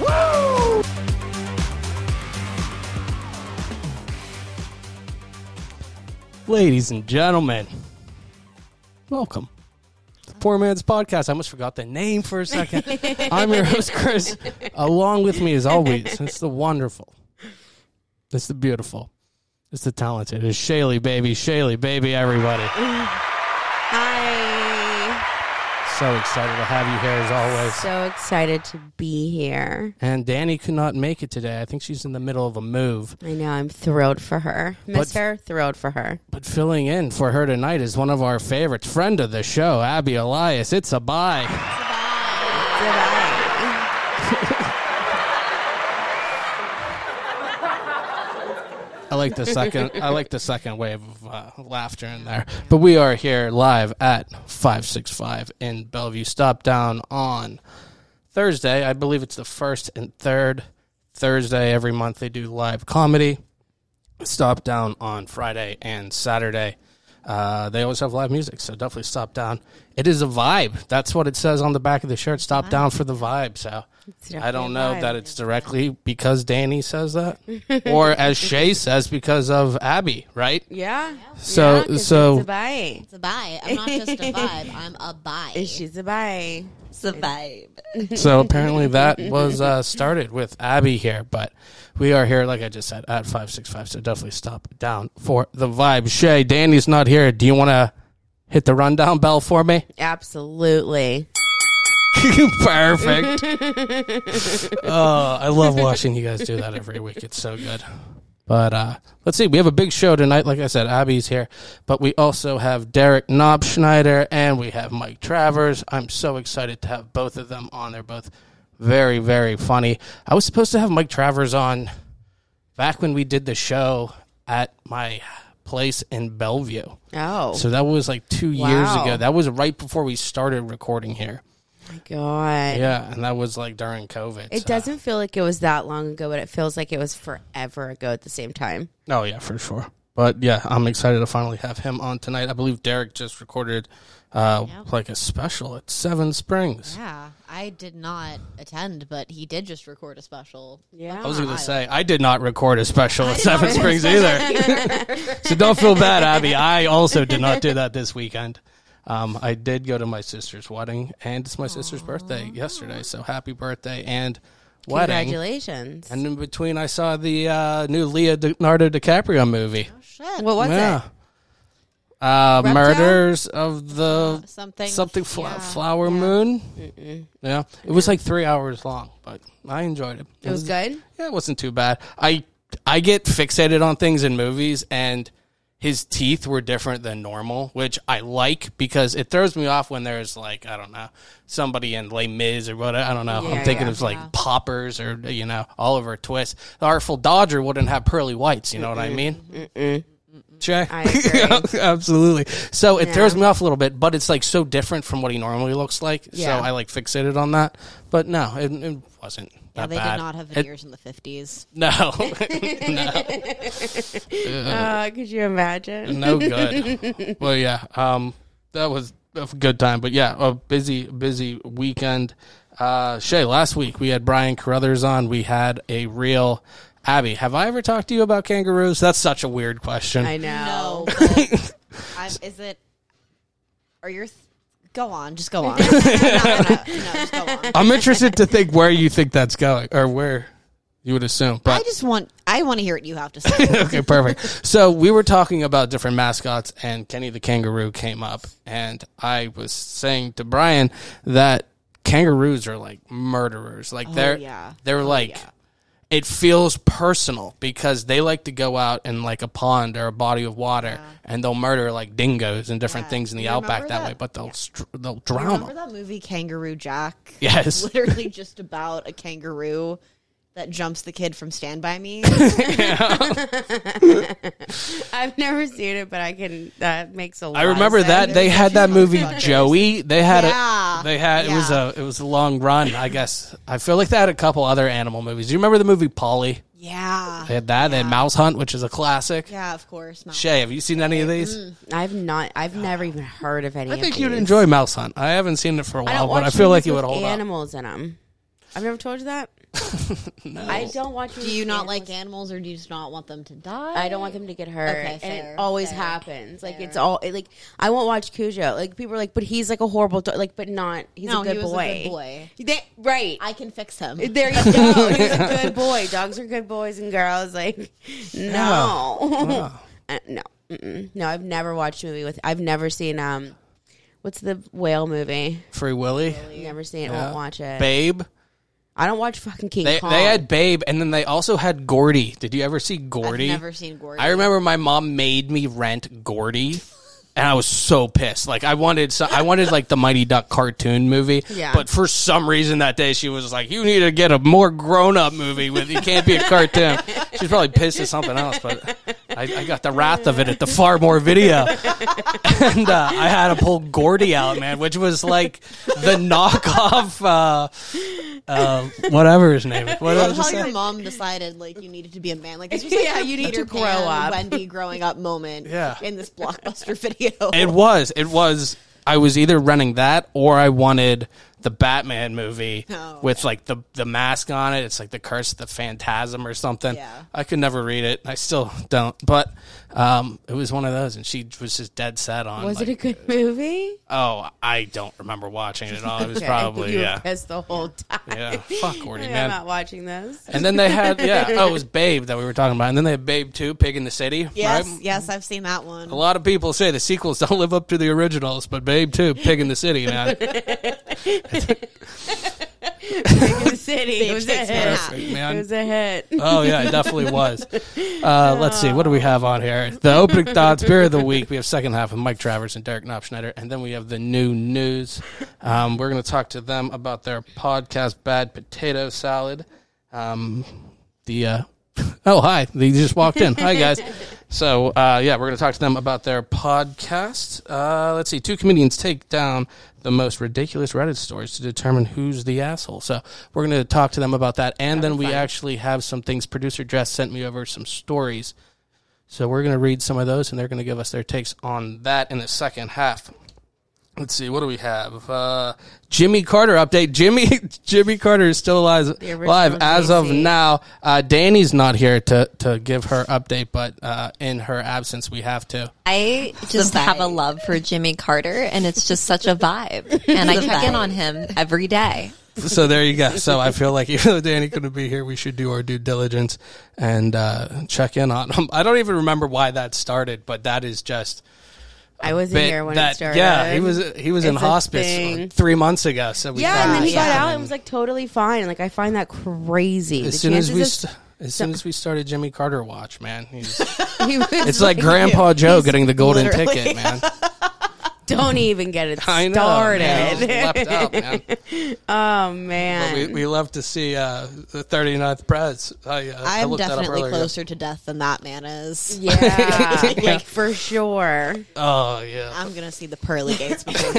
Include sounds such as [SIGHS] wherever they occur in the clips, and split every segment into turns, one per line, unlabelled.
Woo!
Ladies and gentlemen, welcome. to The Poor Man's Podcast. I almost forgot the name for a second. I'm your host, Chris. Along with me, as always, it's the wonderful, it's the beautiful, it's the talented, it's Shaylee, baby, Shaylee, baby, everybody.
Hi.
So excited to have you here, as always.
So excited to be here.
And Danny could not make it today. I think she's in the middle of a move.
I know. I'm thrilled for her. Miss
But-
her. Thrilled for her.
But filling in for her tonight is one of our favorites, friend of the show, Abby Elias. It's a bye.
Goodbye.
I like the second. I like the second wave of uh, laughter in there. But we are here live at five six five in Bellevue. Stop down on Thursday. I believe it's the first and third Thursday every month. They do live comedy. Stop down on Friday and Saturday. Uh, they always have live music, so definitely stop down. It is a vibe. That's what it says on the back of the shirt. Stop down for the vibe. So I don't know
definitely a
that
vibe.
it's directly because Danny says
[LAUGHS]
that, or as Shay says because of Abby, right?
Yeah.
So-
Yeah, 'cause
so-
she's a bye.
It's a vibe. I'm not just a vibe. I'm a [LAUGHS] vibe.
She's a bye.
It's a vibe.
[LAUGHS]
So [LAUGHS] apparently that was uh, started with Abby here, but we are here, like I just said, at five six five. So definitely stop down for the vibe. Shay, Danny's not here. Do you want to hit the rundown bell for me?
Absolutely.
Perfect. oh,
[LAUGHS]
I love watching you guys do that every week. It's so good. But uh, let's see. We have a big show tonight. Like I said, Abby's here, but we also have Derek Knobschneider and we have Mike Travers. I'm so excited to have both of them on. They're both very, very funny. I was supposed to have Mike Travers on back when we did the show at my place in Bellevue.
Oh
So that was like two years
Wow.
ago. That was right before we started recording here.
my god.
Yeah, and that was like during COVID.
It
so-
doesn't feel like it was that long ago, but it feels like it was forever ago at the same time.
Oh yeah, for sure. But yeah, I'm excited to finally have him on tonight. I believe Derek just recorded uh, like a special at Seven Springs.
Yeah, I did not attend, but he did just record a special.
Yeah.
I was gonna say I did not record a special at Seven
record a
Springs either, [LAUGHS] so don't feel bad, Abby. I also did not do that this weekend. Um, I did go to my sister's wedding, and it's my sister's birthday yesterday. So happy birthday and wedding!
Congratulations.
And in between, I saw the uh, new Leonardo DiCaprio movie.
Shit.
what was
yeah.
it?
Uh,
Reptile? Uh,
murders of the
something-
something fl-
yeah.
flower moon. Yeah, it was like three hours long, but I enjoyed it.
It was good.
Yeah, it wasn't too bad. I I get fixated on things in movies, and his teeth were different than normal, which I like because it throws me off when there's like I don't know somebody in Les Mis or what I don't know.
Yeah,
I'm thinking
yeah.
of like Poppers or you know Oliver Twist. The Artful Dodger wouldn't have pearly whites. You know what I mean? Shay?
I agree.
[LAUGHS] Absolutely. So it
Yeah.
throws me off a little bit, but it's like so different from what he normally looks like.
Yeah.
So I like fixated on that. But no, it, it wasn't.
Yeah,
that
they
bad.
did not have
It-
veneers in the fifties.
no, [LAUGHS]
Uh, could you imagine?
no good. well, yeah, um, that was a good time, but yeah, a busy, busy weekend. Uh, Shay, last week we had Brian Carruthers on. We had a real Abby. Have I ever talked to you about kangaroos? That's such a weird question.
I know.
No,
[LAUGHS]
but I'm, is it? Are your? Th- go on, just [LAUGHS] go on. no, no, no, no, just go on.
I'm interested to think where you think that's going or where you would assume. But
I just want. I want to hear what you have to say.
[LAUGHS] okay, perfect. So we were talking about different mascots, and Kenny the kangaroo came up, and I was saying to Brian that kangaroos are like murderers. Like they're
Oh, yeah.
they're like. It feels personal because they like to go out in like a pond or a body of water, and they'll murder like dingoes and different things in the outback that,
remember that?
way. But they'll str- they'll drown
Remember
them.
[LAUGHS] that movie Kangaroo Jack?
Yes.
literally just about a kangaroo that jumps the kid from Stand
[LAUGHS]
By Me.
I've never seen it, but I can. That makes a lot.
I remember
of sense.
that they had that movie Joey. They had
Yeah,
a they had it was
yeah.
a it was a long run. I guess I feel like they had a couple other animal movies. Do you remember the movie Polly?
yeah.
They had that. They had Mouse Hunt, which is a classic.
Yeah, of course. Mom.
Shay, have you seen any of these?
I've not. I've never even heard of any.
I think
of
you'd
these.
enjoy Mouse Hunt. I haven't seen it for a
I
while,
don't
but
watch
I feel like
movies
you would
with
hold up.
animals in them. I've never told
[LAUGHS]
you that. I don't watch.
Do you not like animals, or do you just not want them to die?
I don't want them to get hurt.
Okay,
and
fair,
it always
fair,
happens. Like it's all it, like I won't watch Cujo. Like people are like, but he's like a horrible dog. Like, but not. He's
No,
a good
he was
boy.
a good boy.
They- right.
I can fix him.
there you go. He's a good boy. Dogs are good boys and girls. Like no, Uh, no, Mm-mm. no. I've never watched a movie with. I've never seen um, what's the whale movie?
Free Willy,
Never seen it.
Yeah.
Won't watch it.
Babe.
I don't watch fucking King
They
Kong.
they had Babe, and then they also had Gordy. Did you ever see
I've
Gordy?
never seen Gordy.
I remember my mom made me rent Gordy, and I was so pissed. Like I wanted, so, I wanted like the Mighty Duck cartoon movie.
Yeah.
But for some reason that day she was like, "You need to get a more grown up movie. With you can't be a cartoon." She's probably pissed at something else, but I, I got the wrath of it at the Farmore video, [LAUGHS] and uh, I had to pull Gordy out, man, which was like the knockoff, uh, uh, whatever his name. Is. What
Like
was
how
it?
your mom decided like you needed to be a man. Like this [LAUGHS] was like
Yeah,
her
you need
Peter
to grow
Pan,
up.
Wendy growing up moment.
[LAUGHS] Yeah.
in this blockbuster video.
It was. It was. I was either running that or I wanted the Batman movie
Oh.
with like the the mask on it. It's like the curse of the phantasm or something.
Yeah.
I could never read it. I still don't. But um, it was one of those, and she was just dead set on.
Was
like,
it a good movie?
oh, I don't remember watching it at all. It was
[LAUGHS] Okay.
probably
you
yeah,
were pissed the whole time. [LAUGHS]
yeah. Fuck Gordy,
I'm
man.
not watching
[LAUGHS]
this.
And then they
[LAUGHS]
had yeah. Oh, it was Babe that we were talking about. And then they had Babe Two, Pig in the City.
[LAUGHS] yes,
right?
yes, I've seen that one.
A lot of people say the sequels don't live up to the originals, but Babe Two, Pig in the City, man.
[LAUGHS] The city. It was a
Takes
hit.
Manhattan.
Perfect, man.
It was a hit.
Oh yeah, it definitely was. Uh, let's see, what do we have on here? The opening thoughts, beer of the week. We have second half with Mike Travers and Derek Knopfschneider, and then we have the new news. Um, we're going to talk to them about their podcast, Bad Potato Salad. Um, the uh, oh hi, they just walked in. hi guys. So uh, yeah, we're going to talk to them about their podcast. Uh, let's see, two comedians take down the most ridiculous Reddit stories to determine who's the asshole. So we're going to talk to them about that, and then we actually have some things. Producer Jess sent me over some stories, so we're going to read some of those, and they're going to give us their takes on that in the second half. Let's see, what do we have? Uh, Jimmy Carter update. Jimmy [LAUGHS] Jimmy Carter is still alive,
original
live as of
Casey.
now. Uh, Danny's not here to, to give her update, but uh, in her absence, we have to.
I just have a love for Jimmy Carter, and it's just such a [LAUGHS] vibe. And I check in on him every day.
so there you go. So I feel like even though Danny couldn't be here, we should do our due diligence and uh, check in on him. I don't even remember why that started, but that is just
I wasn't
bit
here when
that.
it started.
Yeah, he was he was in
It's a
hospice
thing.
uh, three months ago. So we
Yeah, and then
found-
he got out and was like totally fine. Like I find that crazy. The
as soon as
chances
we
of-
st- as soon as we started Jimmy Carter watch, man,
[LAUGHS]
he's,
he was
it's like
[LAUGHS]
Grandpa Joe getting the golden
literally-
ticket, man.
don't even get it
[LAUGHS] I
started.
know, man. I was left out,
[LAUGHS]
man.
Oh [LAUGHS] man,
[LAUGHS] We, we love to see uh, the 39th Preds. I, uh, I
I'm
looked that up
definitely
earlier.
closer to death than that man is.
yeah, like
[LAUGHS]
for sure.
Oh yeah.
I'm gonna see the pearly [LAUGHS] gates. before-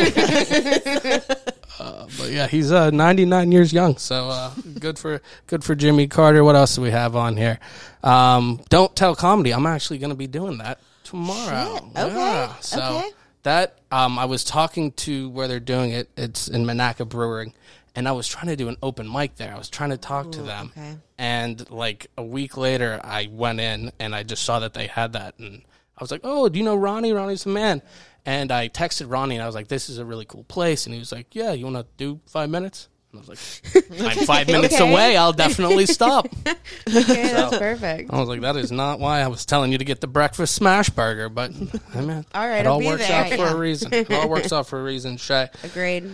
But yeah, he's uh, 99 years young, so uh, good for good for Jimmy Carter. What else do we have on here? Um, don't tell comedy. I'm actually going to be doing that tomorrow.
Okay,
So
okay.
that um, I was talking to where they're doing it. It's in Manaca Brewing, and I was trying to do an open mic there. I was trying to talk to them,
okay.
and like a week later, I went in and I just saw that they had that, and I was like, "Oh, do you know Ronnie? Ronnie's the man." And I texted Ronnie and I was like, "This is a really cool place," and he was like, "Yeah, you want to do five minutes?" And I was
[LAUGHS]
like, "I'm five minutes
Okay.
away. I'll definitely stop."
Okay, that's perfect.
I was like, "That is not why I was telling you to get the breakfast smash burger," but [LAUGHS] I mean,
All right,
it
I'll
all
be
works
there. [LAUGHS]
out for a reason. It all works out for a reason, Shay.
Agreed.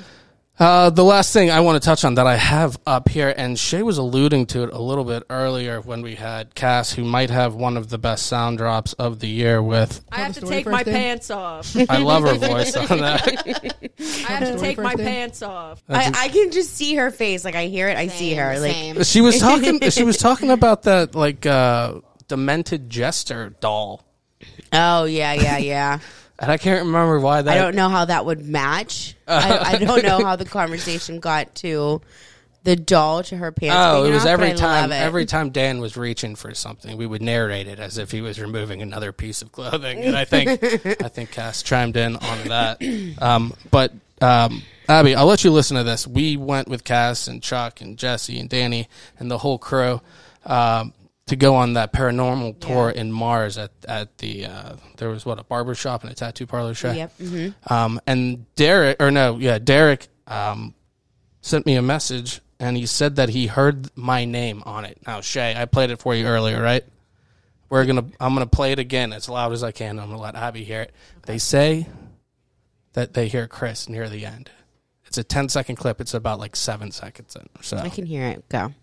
Uh, the last thing I want to touch on that I have up here, and Shay was alluding to it a little bit earlier when we had Cass, who might have one of the best sound drops of the year with.
I have to
story
take
for
my
us, Dan?
pants off.
I love her voice on
[LAUGHS]
that.
I have to
story
take
for us,
my
Dan?
pants off.
I, I can just see her face. Like I hear it, I see her. Like
Same.
She was talking. She was talking about that like uh, demented jester doll,
oh yeah,
[LAUGHS]
yeah, yeah.
and I can't remember why that.
I don't know how that
[LAUGHS]
would match. I, I don't know how the conversation got to the doll to her pants.
Oh,
being
it was
off,
every
but I love
time.
it.
Every time Dan was reaching for something, we would narrate it as if he was removing another piece of clothing. And I think, I think Cass chimed in on that.
[LAUGHS]
Um, but um, Abby, I'll let you listen to this. We went with Cass and Chuck and Jesse and Danny and the whole crew um, to go on that paranormal tour in Mars at at the uh, there was what a barber shop and a tattoo parlor. Shay?
Yep. mm-hmm.
Um, and Derek, or no, yeah, Derek um, sent me a message and he said that he heard my name on it. Now, Shay, I played it for you earlier, right? We're gonna, I'm gonna play it again as loud as I can. I'm gonna let Abby hear it. They say that they hear Chris near the end. It's a 10 second clip. It's about like seven seconds in. So
I can hear it. Go.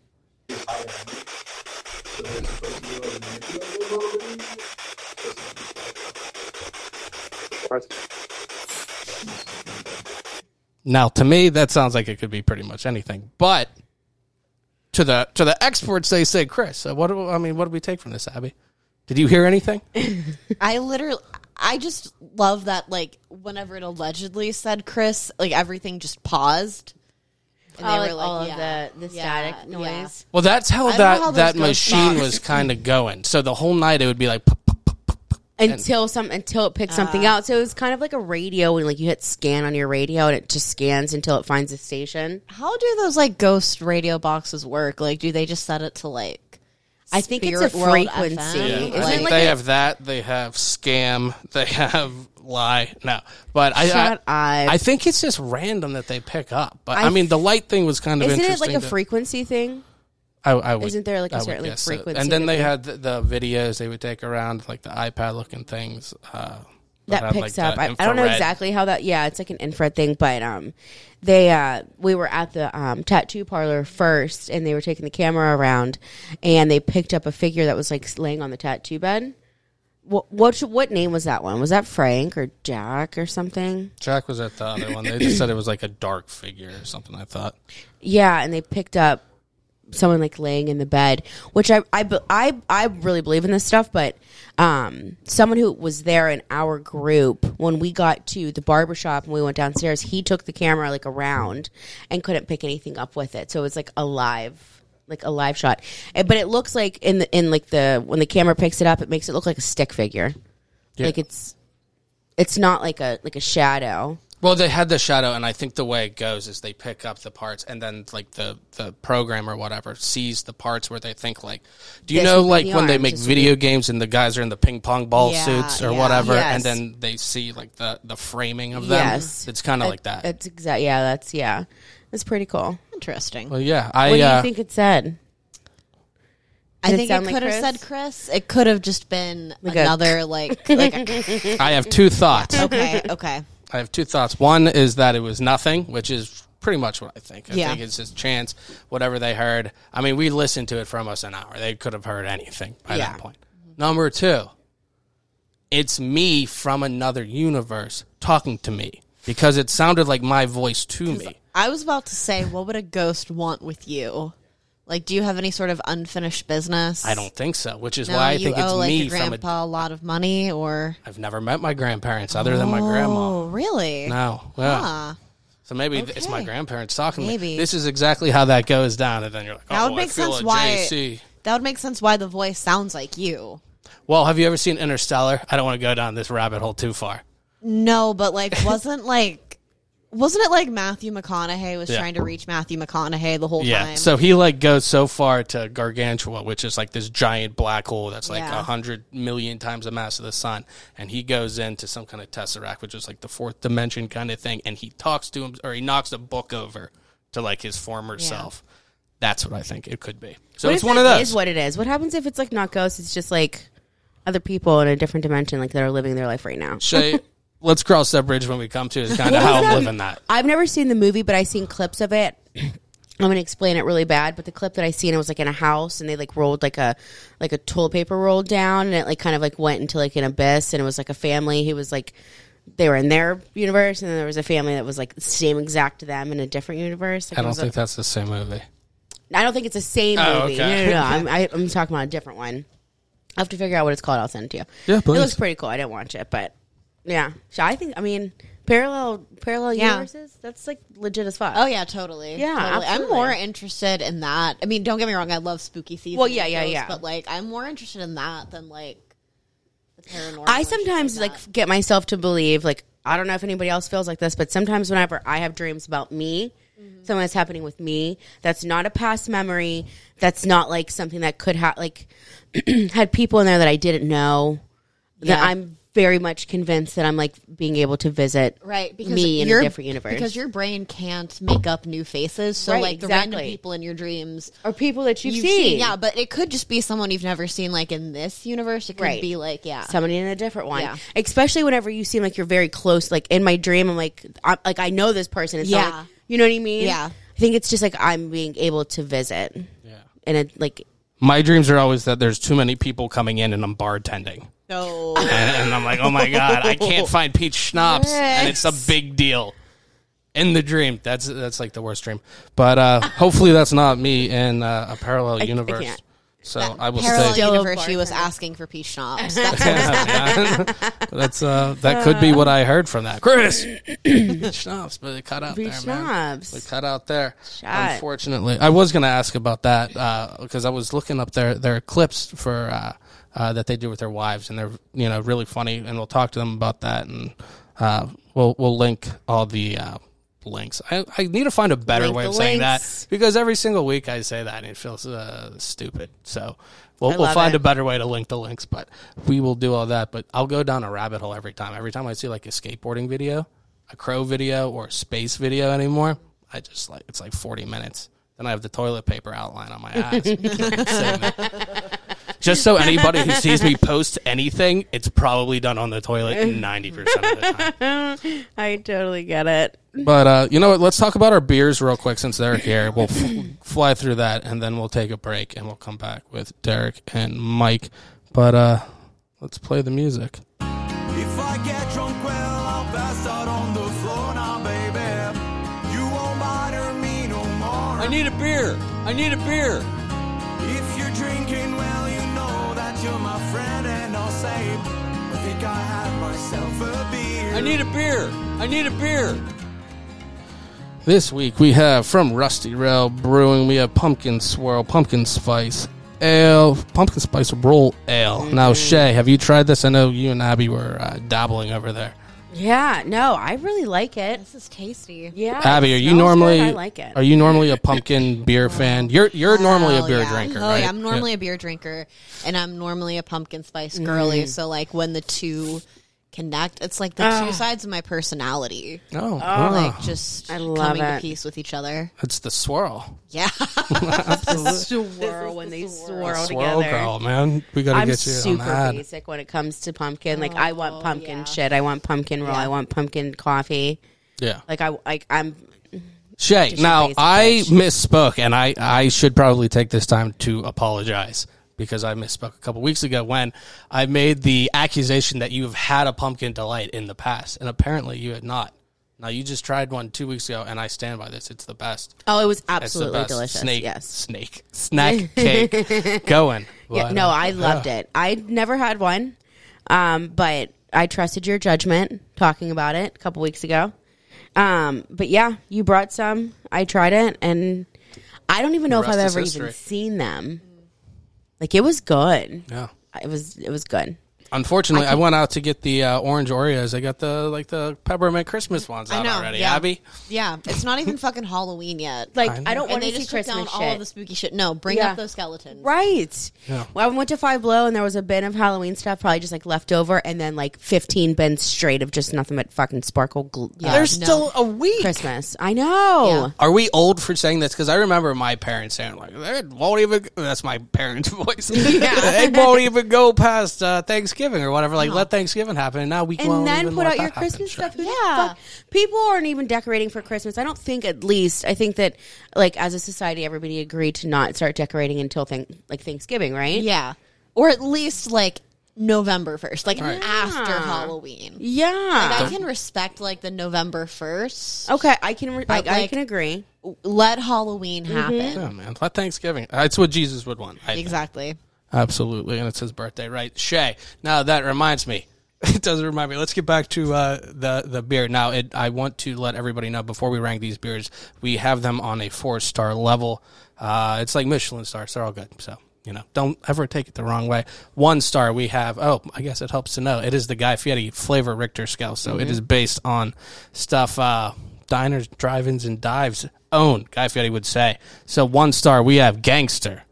Now, to me, that sounds like it could be pretty much anything. But to the to the experts, they say Chris. So what? Do, I mean, what do we take from this, Abby? Did you hear anything?
I literally, I just love that. Like whenever it allegedly said Chris, like everything just paused. And
Oh, like all of the- the static
yeah.
noise.
Well, that's how
know
that
how those
that
ghost
machine
box-
was kind
[LAUGHS]
of going. So the whole night it would be like, "Pup, pup, pup, pup."
until some until it picks something out. So it was kind of like a radio when like you hit scan on your radio and it just scans until it finds a station.
How do those like ghost radio boxes work? Like, do they just set it to like?
I think it's
Spirit
a
World
frequency.
FM?
Isn't
I
Like-
think they have that. They have scam. [LAUGHS] They have lie. No, but I
Shut
I,
up.
I think it's just random that they pick up. But I,
I
mean, the light thing was kind of
Isn't it
interesting.
like a
to-
frequency thing?
I, I would,
Isn't there, like, a
I would
certain, like,
guess so.
frequency
And then
that
they
they-
had the, the videos they would take around, like the iPad looking things uh,
that
had,
picks
like,
up.
the
I, I don't know
infrared.
exactly how that. Yeah, it's like an infrared thing, but um, they uh, we were at the um, tattoo parlor first, and they were taking the camera around, and they picked up a figure that was like laying on the tattoo bed. What what what name was that one? Was that Frank or Jack or something?
Jack was at the other one. They just said it was like a dark figure or something. I thought.
Yeah, and they picked up someone like laying in the bed, which I I be- I, I really believe in this stuff, but um someone who was there in our group when we got to the barber shop and we went downstairs, he took the camera like around and couldn't pick anything up with it. So it was like a live like a live shot. And- But it looks like in the in like the when the camera picks it up, it makes it look like a stick figure.
Yeah.
Like it's it's not like a like a shadow.
Well, they had the shadow, and I think the way it goes is they pick up the parts, and then like the the program or whatever sees the parts where they think like, do you
This
know
would be
like
the
when they
orange,
make
this would
video games and the guys are in the ping pong ball
Yeah,
suits or
yeah.
whatever,
Yes.
and then they see like the the framing of them.
Yes.
it's kind of like that.
That's exact. Yeah, that's yeah. That's pretty cool.
Interesting.
well, yeah, I
What do
uh,
you think it said?
I
Did it
think
sound
it
like
could have
Chris?
said Chris. It could have just been
Like a- [LAUGHS]
another like like a
I have two thoughts.
okay, okay.
I have two thoughts. One is that it was nothing, which is pretty much what I think. I
Yeah.
think it's just chance, whatever they heard. I mean, we listened to it for almost an hour. They could have heard anything by
Yeah.
that point. Number two, it's me from another universe talking to me because it sounded like my voice to me.
I was about to say, what would a ghost want with you? Like, do you have any sort of unfinished business?
I don't think so, which is
No,
why I
you
think
owe
it's
like
me
your
from
grandpa
a.
a lot of money, or
I've never met my grandparents other than my grandma.
oh, really?
No. Yeah.
Huh.
So maybe it's my
Okay.
grandparents talking to me.
Maybe.
This is exactly how that goes down. And then you're like,
That
oh,
would
I
make
feel
sense
a
why-
JC.
That would make sense. Why the voice sounds like you?
Well, have you ever seen Interstellar? I don't want to go down this rabbit hole too far.
No,
[LAUGHS]
but like, wasn't like, wasn't it like Matthew McConaughey was
Yeah.
trying to reach Matthew McConaughey the whole time?
So he like goes so far to Gargantua, which is like this giant black hole that's like a
Yeah.
hundred million times the mass of the sun, and he goes into some kind of tesseract, which is like the fourth dimension kind of thing, and he talks to him or he knocks a book over to like his former self. That's what I think it could be. So
What
it's
if
one of
that
those. [LAUGHS]
Is what it is. What happens if it's like not ghosts? It's just like other people in a different dimension, like that are living their life right now.
Shay, let's cross that bridge when we come to. Is kind of how I'm living that.
I've never seen the movie, but I've seen clips of it. [CLEARS THROAT] I'm gonna explain it really bad, but the clip that I seen, it was like in a house, and they like rolled like a like a toilet paper rolled down, and it like kind of like went into like an abyss, and it was like a family who was like they were in their universe, and then there was a family that was like the same exact to them in a different universe. Like,
I
it
don't
was a-
think that's the same movie.
I don't think it's the same
Oh,
movie.
okay. [LAUGHS]
No, no, no. I'm, I, I'm talking about a different one. I have to figure out what it's called. I'll send it to you.
Yeah, please.
It looks pretty cool. I didn't watch it, but yeah. So I think I mean parallel parallel
Yeah.
universes. That's like legit as fuck.
Oh yeah, totally.
Yeah,
totally. I'm
absolutely.
more interested in that. I mean, don't get me wrong, I love spooky season.
Well, yeah, yeah,
shows,
yeah.
But like, I'm more interested in that than like the paranormal.
I
and shit
sometimes
like,
like
that.
f- get myself to believe like I don't know if anybody else feels like this, but sometimes whenever I have dreams about me,
Mm-hmm.
something that's happening with me, that's not a past memory, that's not like something that could have like [CLEARS THROAT] had people in there that I didn't know. That
Yeah.
I'm very much convinced that I'm like being able to visit
right because
me in a
your-
different universe
because your brain can't make up new faces. So
Right,
like the random
exactly.
people in your dreams.
or people that you've,
You've
seen,
seen, yeah, but it could just be someone you've never seen, like in this universe. It could
Right.
be like, yeah,
somebody in a different one.
Yeah.
Especially whenever you seem like you're very close. Like in my dream, I'm like, I'm, like I know this person. It's not
Yeah.
like- you know what I mean.
Yeah.
I think it's just like I'm being able to visit,
Yeah.
and it like
My dreams are always that there's too many people coming in and I'm bartending.
no,
and, and I'm like, oh my god, I
[LAUGHS]
can't find peach schnapps, and it's a big deal. In the dream, that's that's like the worst dream. But uh, hopefully, that's not me in uh, a parallel universe.
can't.
So I will
parallel
stay.
Still a
universe. She was
bartender.
asking for peach
[LAUGHS]
schnapps.
that's uh, that could be what I heard from that,
[COUGHS]
Chris. peach schnapps, but it cut out
beach
there, man.
knobs.
It cut out there.
Shot.
Unfortunately, I was going to ask about that because I was looking up their their clips for uh, uh, that they do with their wives, and they're you know really funny. And we'll talk to them about that, and uh, we'll we'll link all the. Uh, links I, I need to find a better
Link
way
the
of saying
links.
that because every single week i say that and it feels uh, stupid so
I
we'll, we'll
love
find
it.
a better way to link the links but we will do all that but i'll go down a rabbit hole every time every time i see like a skateboarding video a crow video or a space video anymore i just like it's like 40 minutes then i have the toilet paper outline on my
[LAUGHS]
eyes just so anybody who sees me post anything it's probably done on the toilet
[LAUGHS]
90% of the time
I totally get it.
but uh, you know what? Let's talk about our beers real quick since they're here. We'll f- fly through that, and then we'll take a break, and we'll come back with Derek and Mike. But uh, let's play the music.
If I get drunk, well, I'll pass out on the floor now, baby. You won't bother me no more. I need a beer. I need a beer. If you're drinking, well, you know that you're my friend, and I'll say, I think I have myself a beer. I need a beer. I need a beer.
This week we have from Rusty Rail Brewing. We have pumpkin swirl, pumpkin spice ale, pumpkin spice roll ale. Now, Shay, have you tried this? I know you and Abby were uh, dabbling over there.
Yeah, no, I really like it.
this is tasty.
Yeah,
Abby,
it
are you
smells
normally?
good. I like it.
Are you normally a pumpkin beer fan? You're you're normally a
Oh,
beer
yeah.
drinker,
Oh,
right?
yeah, I'm normally a beer drinker, and I'm normally a pumpkin spice
Mm-hmm.
girly. So like when the two connect, it's like the
Ah.
two sides of my personality,
Yeah. Oh,
like
ah.
just
I love
coming
it.
to peace with each other. [LAUGHS]
It's the swirl.
Yeah,
swirl when they swirl,
Swirl
together.
girl, man. We gotta
I'm
get you on
super
that.
basic when it comes to pumpkin. Like I want pumpkin
yeah.
shit. I want pumpkin roll. I want pumpkin coffee.
Yeah.
Like I like I'm
Shay,
Just
now
basic
I misspoke and I, I should probably take this time to apologize because I misspoke a couple weeks ago when I made the accusation that you have had a pumpkin delight in the past and apparently you had not. Now you just tried one two weeks ago and I stand by this. It's the best.
Oh, it was
It's
absolutely
the best.
delicious.
Snake
Yes.
snake
[LAUGHS]
snack cake going.
Yeah,
But,
no,
uh,
I loved it. I never had one, um, but I trusted your judgment talking about it a couple weeks ago. Um, but yeah, you brought some. I tried it, and I don't even know if
rest
I've
is
ever
history.
even seen them. Like it was good.
Yeah.
It was it was good.
Unfortunately, I, went out to get the uh, orange Oreos. I got the like the peppermint Christmas ones out already.
yeah.
Abby,
Yeah, it's
[LAUGHS]
not even fucking Halloween yet.
Like
I
I,
know.
don't
and
want to
they
see
just took
Christmas
down
shit.
all the spooky shit. No, bring
Yeah.
up those skeletons.
Right.
Yeah.
Well, I went to Five Below and there was a bin of Halloween stuff, probably just like leftover, and then like 15 bins straight of just nothing but fucking sparkle gl- uh,
Yeah. There's- No.
a week.
Christmas. I know.
Are we old for saying this? Because I remember my parents saying [LAUGHS]
[LAUGHS]
like, "It won't even." That's my parents' voice. it won't even go past uh, Thanksgiving or whatever. Like let Thanksgiving happen, and now we
and
won't
then
even
put
let
out
that
your
happen.
Christmas
Sure.
stuff. Who the
Yeah.
fuck- People aren't even decorating for Christmas. I don't think. At least I think that, like as a society, everybody agreed to not start decorating until thing like Thanksgiving, right?
Yeah. Or at least like November 1st, like after Halloween.
Yeah.
I can respect like the November 1st.
okay, I can. Re- I,
But,
I
like-
can agree.
Let Halloween
Mm-hmm.
happen.
Yeah, man. Let Thanksgiving. That's what Jesus would want. I think.
Exactly.
Absolutely, and it's his birthday, right? Shay. Now that reminds me. [LAUGHS] It does remind me. Let's get back to uh, the the beer. Now, it, I want to let everybody know before we rank these beers, we have them on a four star level. Uh, it's like Michelin stars; they're all good. So you know, don't ever take it the wrong way. One star, we have. Oh, I guess it helps to know it is the Guy Fieri flavor Richter scale. So it is based on stuff uh, diners, drive-ins, and dives own. Guy Fieri would say. So one star, we have Gangster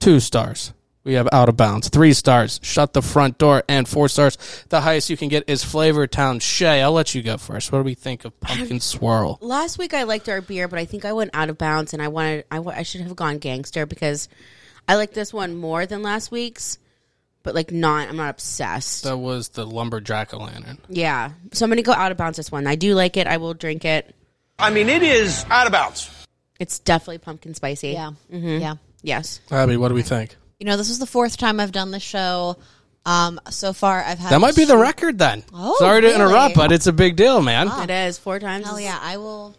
two stars. We have out of bounds, three stars. Shut the front door, and four stars. The highest you can get is Flavor Town. Shay, I'll let you go first. What do we think of pumpkin swirl?
Last week I liked our beer, but I think I went out of bounds, and I wanted I, wa- I should have gone gangster because I like this one more than last week's, but like not. I'm not obsessed.
That was the lumberjack o' lantern.
yeah, so I'm gonna go out of bounds this one. I do like it. I will drink it.
I mean, it is out of bounds.
It's definitely pumpkin spicy.
Yeah.
Mm-hmm.
Yeah.
Yes.
Abby, what do we think?
You know, this is the fourth time I've done this show. Um, so far, I've had
That might be the record then.
Oh,
Sorry to
really?
interrupt, but it's a big deal, man. [LAUGHS]
It is four times.
Hell yeah, I will.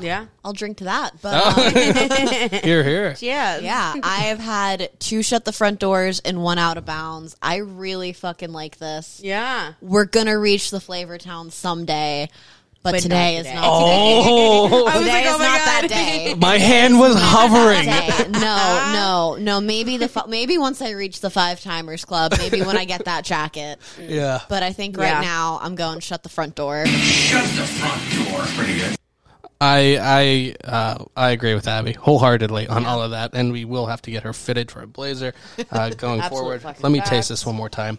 Yeah.
I'll drink to that. But
Oh.
um,
Here, here.
Yeah.
yeah, I have had two shut the front doors and one out of bounds. I really fucking like this.
Yeah.
We're gonna reach the Flavor Town someday, but,
not
today,
today.
is not.
Oh,
Today
like,
is
oh my
not that
God. [LAUGHS]
day.
[LAUGHS] my hand was hovering.
[LAUGHS] Day. No, no, no. Maybe the fi- maybe once I reach the five timers club, maybe when I get that jacket.
Yeah.
But I think right
Yeah.
now I'm going shut the front
[LAUGHS]
door.
I I uh, I agree with Abby wholeheartedly on all of that, and we will have to get her fitted for a blazer uh, going forward.
fucking
Let me
facts.
taste this one more time.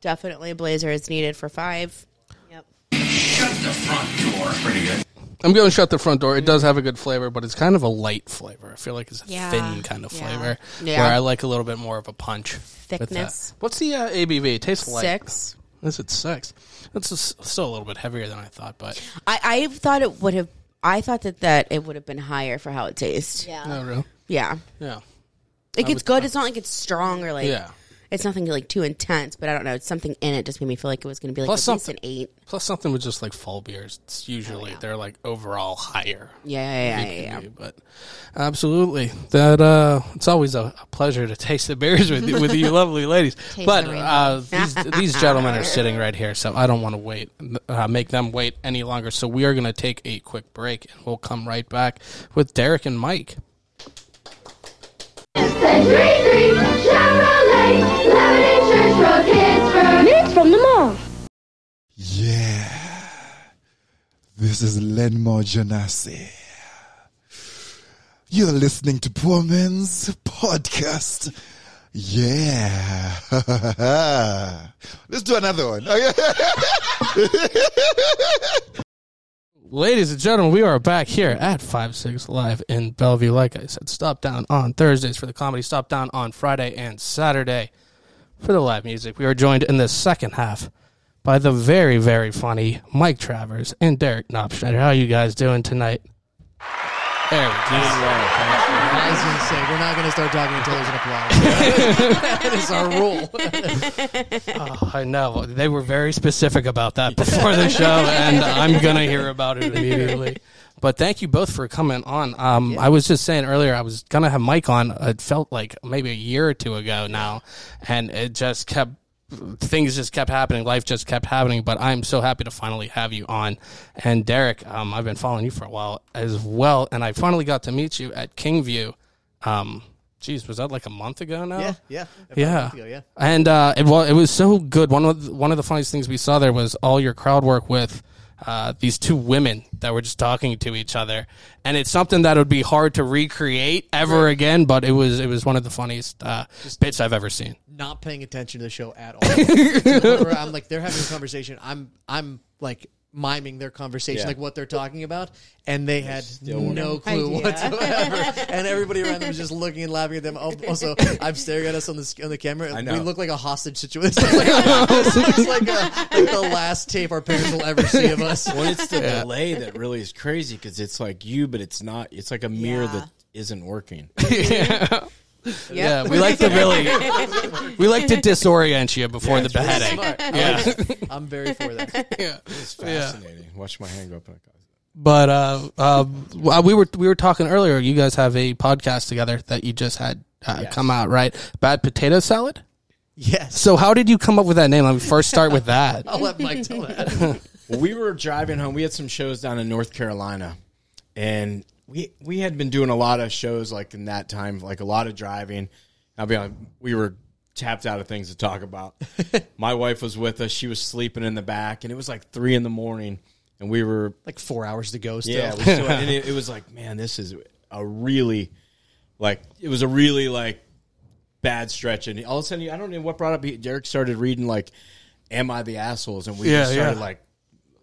Definitely a blazer is needed for five.
I'm going to shut the front door. It
Mm-hmm.
does have a good flavor, but it's kind of a light flavor. I feel like it's a
Yeah,
thin kind of
yeah.
flavor,
Yeah.
where I like a little bit more of a punch. with that.
Thickness.
What's the uh, ABV? It tastes light.
Six.
This is six. That's just still a little bit heavier than I thought, but
I, I thought it would have. I thought that that it would have been higher for how it tastes. Yeah.
no, really. Yeah,
Like
I
it's
would-
good. It's not like it's strong or like.
yeah.
It's nothing like too intense, but I don't know. It's something in it just made me feel like it was going to be like
Plus
at least
something.
an eight. Oh,
Plus, something with just like fall beers, it's usually they're like overall higher.
Yeah, yeah, yeah,
it
yeah.
could be, But absolutely, that uh, it's always a, a pleasure to taste the beers with you, with
[LAUGHS]
you lovely ladies. but uh, these, these gentlemen are
[LAUGHS]
sitting right here, so I don't want to wait, uh, make them wait any longer. So we are going to take a quick break, and we'll come right back with Derek and Mike.
Minutes from the mall.
Yeah. This is Lenmore Janassi. You're listening to Poor Man's Podcast. Yeah. [LAUGHS] Let's do another one. Oh,
Ladies and gentlemen, we are back here at 5 6 Live in Bellevue. Like I said, stop down on Thursdays for the comedy, stop down on Friday and Saturday for the live music. We are joined in the second half by the very, very funny Mike Travers and Derek Knopfschneider. How are you guys doing tonight? There we go.
I was going to say, we're not going to start talking until there's an applause. that is our rule.
Oh, I know. They were very specific about that before the show, and I'm going to hear about it immediately. But thank you both for coming on. Um, I was just saying earlier, I was going to have Mike on. It felt like maybe a year or two ago now, and it just kept. Things just kept happening. Life just kept happening. But I'm so happy to finally have you on. And Derek, um, I've been following you for a while as well. And I finally got to meet you at Kingview. Um, geez, was that like a month ago now?
Yeah, yeah.
Yeah.
yeah.
And uh, it was it was so good. One of the, one of the funniest things we saw there was all your crowd work with uh, these two women that were just talking to each other, and it's something that would be hard to recreate ever again. But it was it was one of the funniest uh, bits I've ever seen.
[LAUGHS]
Not paying attention to the show at all. To the point where I'm like, they're having a conversation. I'm, I'm like miming their conversation,
Yeah.
like what they're talking about, and they had
wouldn't.
no clue
[LAUGHS]
Idea.
whatsoever. and everybody around them was just looking and laughing at them. Al- Also, I'm staring at us on the sc- on the camera.
I know.
We look like a hostage situation. [LAUGHS] this looks like, a, like the last tape our parents will ever see of us.
Well,
[LAUGHS]
it's the delay that really is crazy because it's like you, but it's not. It's like a mirror that
[LAUGHS]
isn't working.
[LAUGHS] Yeah, we like to really, we like to disorient you before
Yeah,
the
it's really
beheading. yeah,
I'm very for that.
yeah.
It's fascinating. Watch my hand go up. Like,
But uh, uh, w- we were we were talking earlier. You guys have a podcast together that you just had uh, come out, right? Bad potato salad.
Yes.
So how did you come up with that name? Let me first start with that.
I'll let Mike tell that. [LAUGHS]
Well, we were driving home. We had some shows down in North Carolina, and we we had been doing a lot of shows like in that time, like a lot of driving. I'll be honest, we were tapped out of things to
[LAUGHS]
talk about. My wife was with us. She was sleeping in the back, and it was like three in the morning, and we were
Like four hours to go. Still.
yeah, we still,
[LAUGHS]
and it, it was like, man, this is a really, like, it was a really like bad stretch, and all of a sudden, I don't know what brought up. Derek started reading like, "Am I the assholes?" and we
Yeah,
just started
yeah.
like,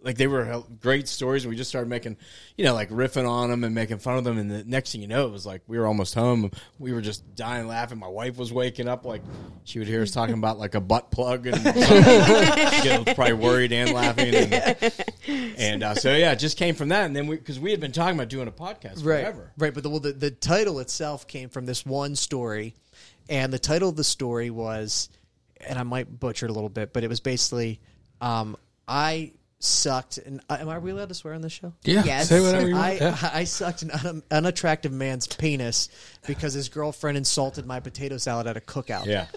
like they were hel- great stories, and we just started making, you know, like riffing on them and making fun of them, and the next thing you know, it was like we were almost home. We were just dying laughing. My wife was waking up, like she would hear us talking about like a butt plug, and she was probably worried and laughing. And, and uh, so yeah, it just came from that, and then we because we had been talking about doing a podcast
right,
forever.
Right, but the, well, the the title itself came from this one story, and the title of the story was, and I might butcher it a little bit, but it was basically, um, I sucked, and uh, am I are we allowed to swear on this show?
Yeah, [LAUGHS]
Yes.
say whatever you want.
I,
yeah.
I sucked an un- unattractive man's penis because his girlfriend insulted my potato salad at a cookout.
Yeah,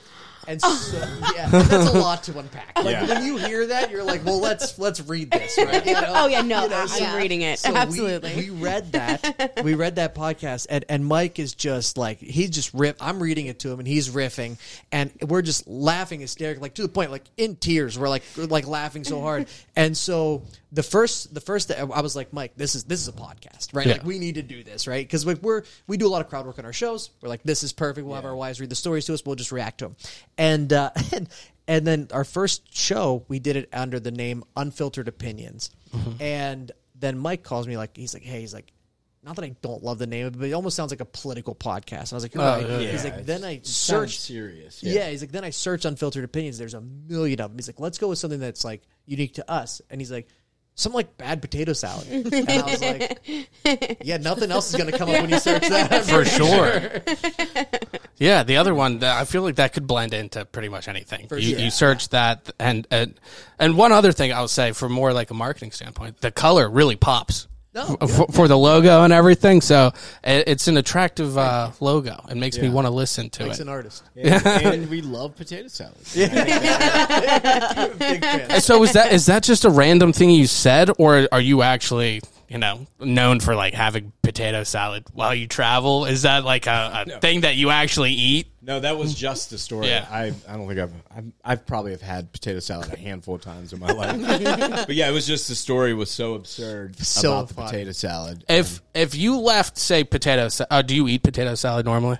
and so, yeah, that's a lot to unpack. Like,
Yeah.
When you hear that, you're like, well, let's let's read this. Right? [LAUGHS] You know?
Oh yeah, no, I- I'm
yeah.
reading it
So we-
absolutely.
We, read that. we read that podcast, and, and Mike is just like he's just riff. I'm reading it to him, and he's riffing, and we're just laughing hysterically, like to the point, like in tears. We're like we're, like laughing so hard,
[LAUGHS]
and so the first the first that I was like, Mike, this is this is a podcast, right?
Yeah.
Like we need to do this, right? Because like we're we do a lot of crowd work on our shows. We're like, this is perfect. We'll have our wives read the stories to us. We'll just react to them, and uh, [LAUGHS] and. And then our first show, we did it under the name Unfiltered Opinions. And then Mike calls me like he's like, hey, he's like, not that I don't love the name, but it almost sounds like a political podcast. And I was like, "You're
Oh,
right." he's like, then I
Sounds
searched.
serious.
Yeah. he's like, then I searched unfiltered opinions. There's a million of them. He's like, let's go with something that's like unique to us. And he's like, something like bad potato salad. and I was like, yeah, nothing else is gonna come up when you search that
for sure. [LAUGHS] yeah, the other one, that- I feel like that could blend into pretty much anything. you,
sure.
you search that, and, and and one other thing I would say, for more like a marketing standpoint, the color really pops.
No,
F- for, for the logo and everything, so it, it's an attractive uh, logo. It makes me want to listen to
Mike's
it.
an artist.
And, and we love
[LAUGHS]
potato salad.
Big fan.
And so is that is that just a random thing you said, or are you actually you know known for like having potato salad while you travel? Is that like a, a thing that you actually eat?
No, that was just the story.
Yeah.
I, I don't think I've, I've I've probably have had potato salad a handful of times in my life. but yeah, it was just the story was so absurd
So
about the
funny.
potato salad.
If if you left, say potato, sa- uh, do you eat potato salad normally?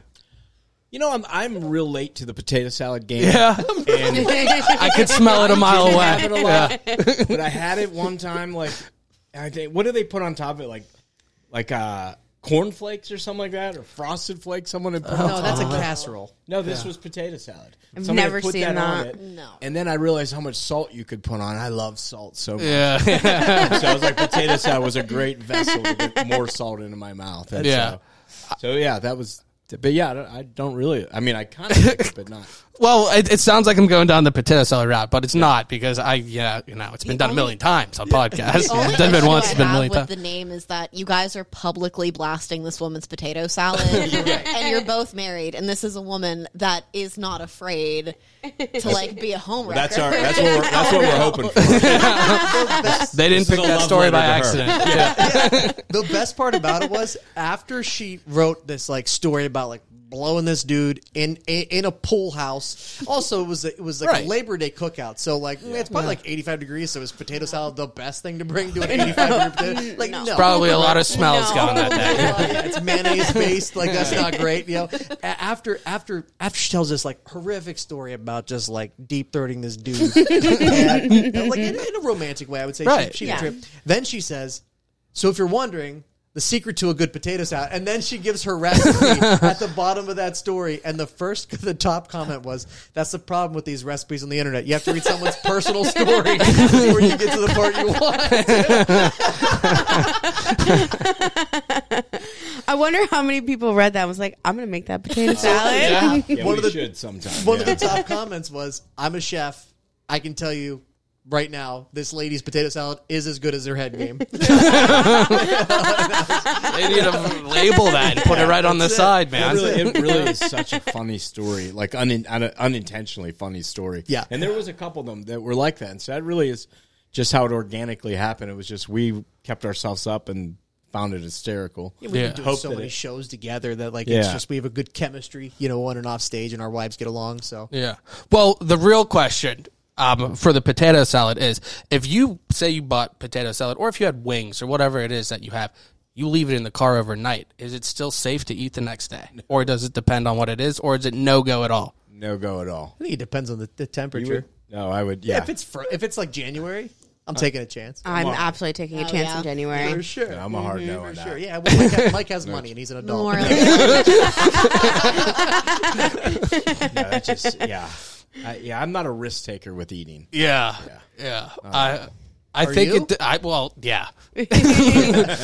you know, I'm I'm real late to the potato salad game.
[LAUGHS]
[LAUGHS]
And I could smell it a mile away. Yeah.
but I had it one time. Like, I think what do they put on top of it? Like, like uh, cornflakes or something like that, or frosted flakes. Someone had put on
No,
top
Oh, that's a
of it.
casserole.
No, this was potato salad. I've
never seen that.
No. And then I realized how much salt you could put on. I love salt so much.
Yeah.
so I was like, potato salad was a great vessel to get more salt into my mouth. And
Yeah.
So, so, yeah, that was. But yeah, I don't, I don't really. I mean, I kind of like it, but not.
[LAUGHS] Well, it, it sounds like I'm going down the potato salad route, but it's not because I, yeah, you know, it's been done a million times on podcasts. [LAUGHS]
only
It's done been
issue
once,
I
it's been a
have
million
with
times.
the name is that you guys are publicly blasting this woman's potato salad,
[LAUGHS]
and you're both married, and this is a woman that is not afraid to like be a home
[LAUGHS] That's our. That's
[LAUGHS]
[LAUGHS] what we're. That's what we're hoping for.
They didn't
This
pick
is a
that
love
story
letter
by
to her.
accident.
the best part about it was after she wrote this like story about like blowing this dude in in, in a pool house. Also, it was a, it was like
Right.
a Labor Day cookout, so like it's probably like eighty five degrees. So is potato salad the best thing to bring to an eighty five degree potato? Like no,
Probably a lot of smells going that day.
yeah, [LAUGHS] it's mayonnaise based. Like that's not great. You know, A- after after after she tells this like horrific story about just like deep throating this dude, And, uh, like in, in a romantic way, I would say.
Right.
She, she
Yeah.
yeah. Then she says, "So if you're wondering." The secret to a good potato salad, and then she gives her recipe at the bottom of that story. And the first, [LAUGHS] the top comment was, "That's the problem with these recipes on the internet. You have to read someone's personal story before you get to the part you want."
I wonder how many people read that and was like, I'm going to make that
[LAUGHS]
potato salad.
Yeah,
One
we
of the-
should sometimes.
One [LAUGHS]
yeah.
of the
[LAUGHS]
top comments was, "I'm a chef. I can tell you right now, this lady's potato salad is as good as her
[LAUGHS]
head game."
They need to label that and put it right on the side,
It
man.
really, it really is such a funny story, like un, un, unintentionally funny story.
Yeah.
and there was a couple of them that were like that, and so that really is just how it organically happened. It was just we kept ourselves up and found it hysterical.
We've
Yeah.
been doing
Hope
so
that
many
it-
shows together that like it's
Yeah.
just we have a good chemistry, you know, on and off stage, and our wives get along. So
Yeah. Well, the real question um, for the potato salad is if you say you bought potato salad or if you had wings or whatever it is that you have, you leave it in the car overnight. Is it still safe to eat the next day? Or does it depend on what it is? Or is it no go at all?
No go at all.
I think it depends on the, the temperature.
No, I would. Yeah, Uh,
If it's fr- if it's like January, I'm taking a chance.
I'm absolutely taking a
Oh,
chance
yeah.
in January. [LAUGHS]
for sure.
I'm a hard no on
for
that.
sure. Yeah, well, Mike, has,
[LAUGHS]
Mike has money and he's an adult.
More or less.
yeah, that's just yeah. I, yeah, I'm not a risk taker with eating.
Yeah. Yeah. I. I think
you?
it. I well, yeah.
[LAUGHS]
I,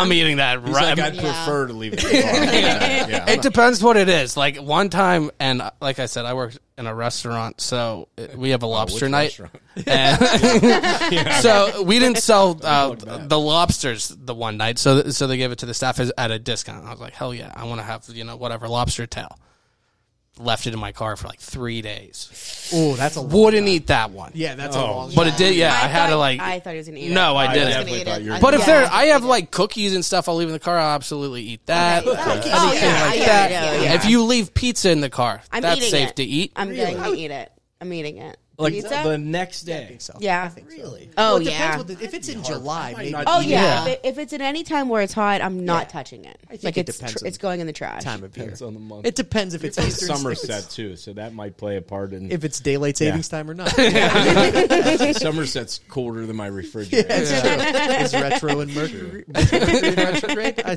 I'm eating that
He's
right.
like, I'd prefer to [LAUGHS] leave it. in the car. yeah. yeah.
It depends what it is. Like one time, and uh, like I said, I worked in a restaurant, so uh, we have a lobster night. And- so we didn't sell uh, the lobsters the one night, so so they gave it to the staff as, at a discount. I was like, hell yeah, I want to have you know whatever lobster tail. Left it in my car for like three days.
Oh, that's a long,
Wouldn't eat that one.
yeah, that's
Oh.
a long.
but it did. Yeah, I, had to
thought-
like.
I thought he was gonna eat it.
No, I
I
didn't.
definitely
eat
thought
it.
you were.
But if
Yeah.
there, I have like cookies and stuff. I'll leave in the car. I'll absolutely eat that.
Okay.
Anything
Oh, yeah,
like
yeah,
that.
yeah, yeah.
If you leave pizza in the car,
I'm
that's
eating
safe
it.
to eat.
I'm going to eat it. I'm eating it.
like
Pizza?
the next day.
so.
yeah.
Really?
Oh,
it depends
yeah.
what the- if it's in July, maybe.
not
Oh
Yeah.
yeah. If, it, if it's at any time where it's hot, I'm not touching it.
think
like
it
it's
depends
tr-
on
it's going in the trash.
time of year.
Depends on the month.
It depends if it's
It's
Eastern
Somerset too, so that might play a part in.
if it's daylight savings time or not.
Somerset's colder than my refrigerator.
is retro and mercury [LAUGHS] retrograde? I,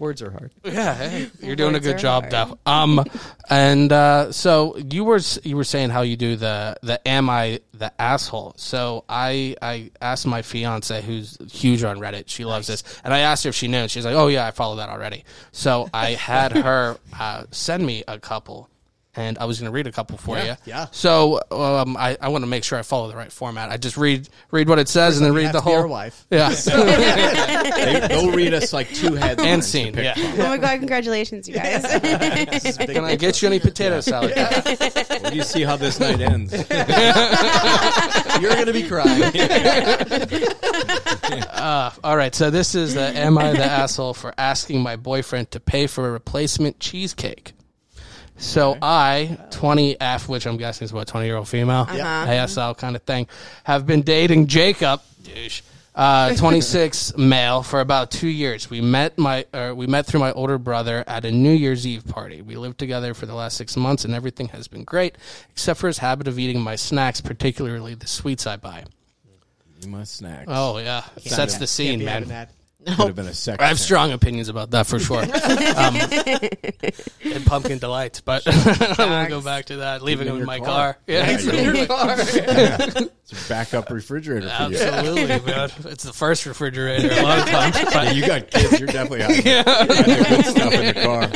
words are hard.
Yeah,
[LAUGHS]
hey, you're doing a
Words
good
are
job, though. Um, and uh, so you were s- you were saying how you do the the am I the asshole? So I I asked my fiance who's huge on Reddit. She loves this, and I asked her if she knew. and She's like, oh yeah, I follow that already. So
[LAUGHS]
I had her uh, send me a couple. And I was going to read a couple for you.
yeah.
So um, I, I want to make sure I follow the right format. I just read read what it says and then read
have
the
to be
whole.
our wife. [LAUGHS]
Yeah.
They, they'll read us like two heads
[LAUGHS] and
[LAUGHS]
scene. Yeah.
Oh my god! Congratulations, you guys.
This is big
Can I get you any potato salad?
Well, you see how this night [LAUGHS] ends.
You're going to be crying.
All right, so this is the am I the asshole for asking my boyfriend to pay for a replacement cheesecake? So I, 20F, which I'm guessing is what, 20 year old female, ASL kind of thing, have been dating Jacob, douche, uh, 26 male, for about two years. We met my, or we met through my older brother at a New Year's Eve party. We lived together for the last six months, and everything has been great, except for his habit of eating my snacks, particularly the sweets I buy.
My snacks.
Oh yeah, sets the scene, man.
Could have been a sex.
I have
snack.
strong opinions about that for
[LAUGHS]
sure. um, and pumpkin delights, but [LAUGHS] I won't go back to that. Leaving
Even
them in my
your
car.
car.
Yeah,
Yeah,
it's [LAUGHS] in
[LAUGHS]
your car.
It's a backup refrigerator for you.
[LAUGHS]
Absolutely, man. It's the first refrigerator a lot of times.
Yeah,
But
you got kids. You're definitely out yeah. good stuff in the car.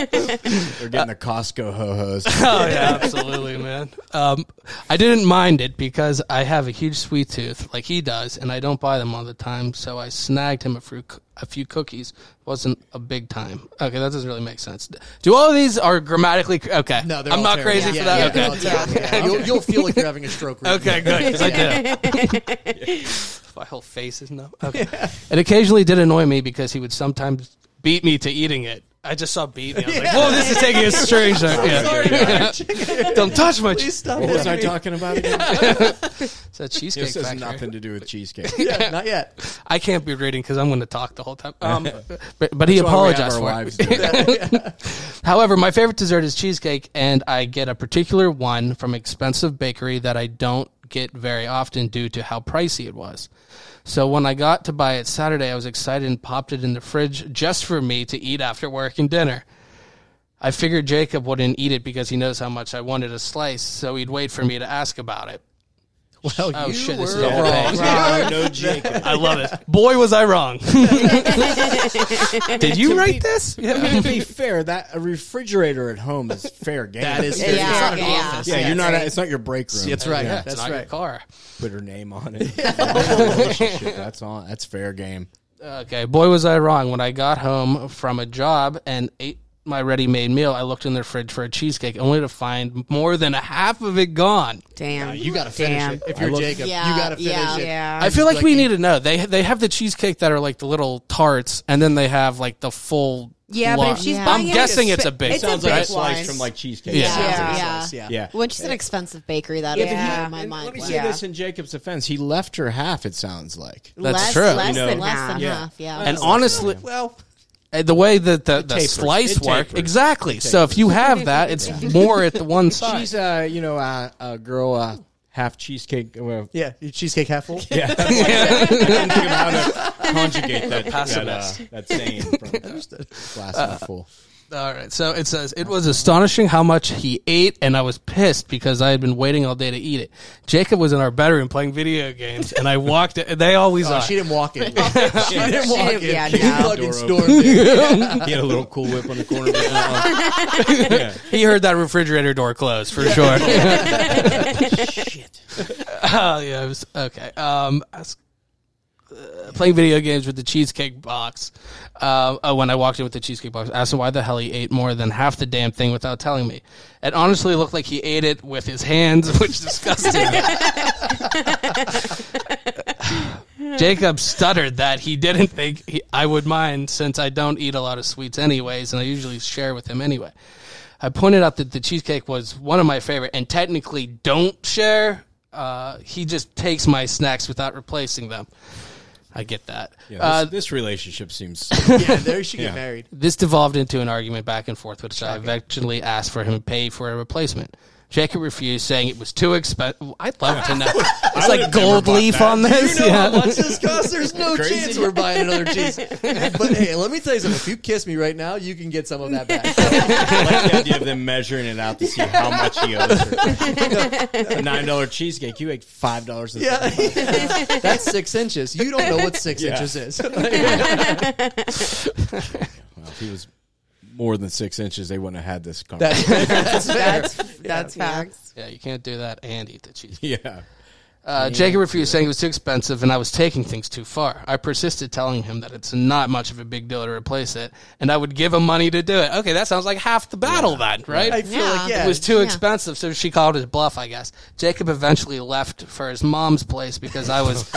They're getting the Costco ho hos.
oh yeah, absolutely, man. Um, I didn't mind it because I have a huge sweet tooth, like he does, and I don't buy them all the time. So I snagged him a few a few cookies. wasn't a big time. Okay, that doesn't really make sense. Do all of these are grammatically cr- okay?
No, they're
I'm
all
not
terrible.
crazy
Yeah,
for that.
yeah,
okay.
they're all terrible. Yeah, You'll, you'll feel like you're having a stroke. right
Okay,
now.
good.
[LAUGHS]
'cause I did. [LAUGHS] My whole face is numb. Okay. It occasionally did annoy me because he would sometimes beat me to eating it. I just saw Beat. and I was like, "Whoa, this is taking a
[LAUGHS]
strange." yeah. [LAUGHS] Don't touch my.
Please
cheese.
stop
What was
it.
I talking about again?
It's a cheesecake
this has
factory.
nothing to do with cheesecake.
Yeah, not yet.
I can't be reading because I'm going to talk the whole
[LAUGHS]
time. Um, but, but he apologized for it. However, my favorite dessert is cheesecake, and I get a particular one from expensive bakery that I don't get very often due to how pricey it was. So when I got to buy it Saturday, I was excited and popped it in the fridge just for me to eat after work and dinner. I figured Jacob wouldn't eat it because he knows how much I wanted a slice, so he'd wait for me to ask about it.
Well,
Oh
you
shit,
were
this is a whole thing.
no Jacob.
I love it. Boy, was I [LAUGHS] wrong. Did you write this?
I mean, to be fair, that a refrigerator at home is fair game.
That is
yeah.
fair.
Yeah.
It's not an
Yeah.
office.
yeah you're not. It's not your break room.
That's right.
Yeah.
That's
not your
right.
car.
Put her name on it. Relationship, that's all. That's fair game.
Okay, boy, was I wrong. When I got home from a job and ate my ready made meal, I looked in the fridge for a cheesecake only to find more than a half of it gone.
Damn.
You got to finish
Damn.
it. If you're Jacob,
Yeah,
you got to finish
yeah.
it.
Yeah.
I feel like we need to know. They they have the cheesecake that are like the little tarts, and then they have like the full.
yeah, but
lot.
if she's
Yeah.
buying
I'm
it,
guessing it's a big.
It's
Sounds
a big
like a slice
one.
from like cheesecake.
Yeah.
Yeah.
Yeah. Yeah.
Yeah.
Which is an expensive bakery that
Yeah.
is
Yeah.
yeah. my
And
mind.
Let me
went.
say
Yeah.
this in Jacob's offense. He left her half. It sounds like.
That's
less,
true.
Less,
You
know,
than, less than
yeah.
half. Yeah.
and honestly,
Well,
uh, the way that the, the
tapers.
slice
It
work
tapers.
exactly. So if you have that, it's more at [LAUGHS] the one side.
She's uh, you know, uh, a girl uh, half cheesecake. uh, Well,
yeah. Your cheesecake half full.
[LAUGHS] yeah. I didn't think of how to conjugate that that, uh, that saying from uh, glass half full.
All right. So it says it was astonishing how much he ate, and I was pissed because I had been waiting all day to eat it. Jacob was in our bedroom playing video games, and I walked. In, they always
Oh,
are.
she didn't walk in. she didn't walk
didn't-
in.
yeah,
you
no.
fucking
Door
stormed
open.
in.
He had a little cool whip on the corner. Of his
[LAUGHS] he heard that refrigerator door close for sure. Shit.
[LAUGHS]
Oh yeah. It was, okay. Um. I was, uh, Playing video games with the cheesecake box. Uh, oh, when I walked in with the cheesecake box, I asked him why the hell he ate more than half the damn thing without telling me. It honestly looked like he ate it with his hands, [LAUGHS] which disgusted me. Jacob stuttered that he didn't think he, I would mind since I don't eat a lot of sweets anyways, and I usually share with him anyway. I pointed out that the cheesecake was one of my favorite, and technically don't share. Uh, he just takes my snacks without replacing them. I get that.
Yeah, this,
uh,
this relationship seems.
Yeah, there she get
Yeah.
married.
this devolved into an argument back and forth, which I eventually asked for him to pay for a replacement. Jacob refused, saying it was too expensive. I'd love to
[LAUGHS]
know. It's like gold leaf on this. yeah.
What's this cost? There's no
Crazy.
chance we're buying another cheese. But hey, let me tell you something. If you kiss me right now, you can get some of that back.
I like the idea of them measuring it out to see how much he owes her. A nine dollar cheesecake, you ate five dollars.
Yeah. That's six inches. You don't know what six
Yeah.
inches is.
Well, if he was more than six inches, they wouldn't have had this conversation.
That's, that's fair.
That's facts.
[LAUGHS]
[LAUGHS]
Yeah, you can't do that and eat the cheese.
[LAUGHS] yeah.
Uh, Jacob refused, saying it was too expensive and I was taking things too far. I persisted, telling him that it's not much of a big deal to replace it, and I would give him money to do it. Okay, that sounds like half the battle then, right?
I feel
Yeah.
like, yeah.
It was too
Yeah.
expensive, so she called it a bluff, I guess. Jacob eventually left for his mom's place because I
[LAUGHS]
was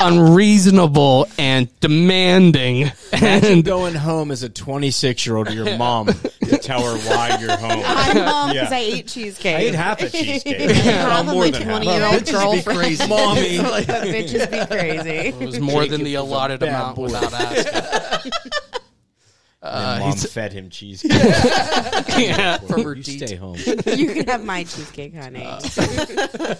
unreasonable and demanding.
Imagine
And
going home as a 26 year old to your mom to tell her why you're home.
I'm home because
Yeah.
I ate cheesecake.
I ate half a cheesecake.
Half
more
of my
than half.
20 year old girlfriend.
crazy.
Mommy.
But
[LAUGHS]
bitches [LAUGHS] be crazy.
it was more than the allotted
bad
amount
boy.
without
[LAUGHS]
asking.
And mom fed him cheesecake. [LAUGHS]
yeah.
you stay [LAUGHS] home.
You can have my cheesecake, honey.
Uh,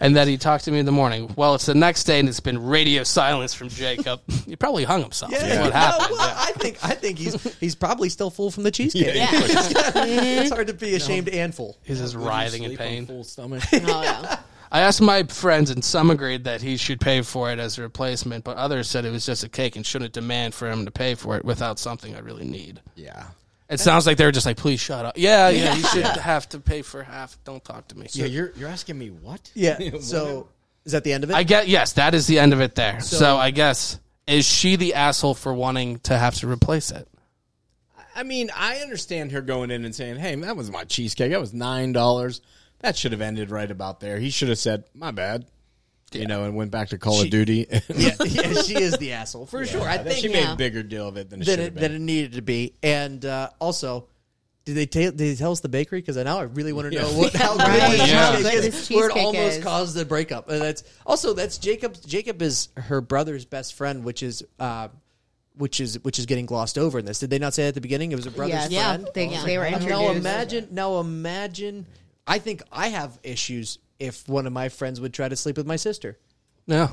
and that he talked to me in the morning. Well, it's the next day, and it's been radio silence from [LAUGHS] Jacob. he probably hung himself. is
Yeah.
what happened?
No, well, I think I think he's he's probably still full from the cheesecake. [LAUGHS] it's hard to be ashamed and full.
He's just writhing in pain.
Full [LAUGHS] stomach.
Oh, yeah.
I asked my friends, and some agreed that he should pay for it as a replacement, but others said it was just a cake and shouldn't demand for him to pay for it without something I really need.
Yeah.
It sounds like they were just like, "Please shut up." Yeah, yeah, you should have to pay for half. Don't talk to me.
So you're you're asking me what?
Yeah. So is that the end of it?
I get yes, that is the end of it there. So,
So-
I guess is she the asshole for wanting to have to replace it?
I mean, I understand her going in and saying, "Hey, that was my cheesecake. That was nine dollars. That should have ended right about there. He should have said, my bad.' you know, and went back to Call of Duty.
[LAUGHS]
[LAUGHS]
yeah, yeah, she is the asshole for sure. I think
she made
Yeah.
a bigger deal of it than it should
than
have
it, than
been.
it needed to be. And uh, also, did they, ta- did they tell us the bakery? Because now I really want to know what
[LAUGHS]
how good
Right.
this
Yeah. How
cheesecake
good
is,
this
where it
cheesecake
almost
is.
caused the breakup. And that's also that's Jacob. Jacob is her brother's best friend, which is. Uh, which is which is getting glossed over in this? Did they not say at the beginning it was a brother's
Yes.
Yeah.
friend?
They,
Yeah.
they were introduced. [LAUGHS]
Now imagine, now imagine. I think I have issues if one of my friends would try to sleep with my sister.
Yeah.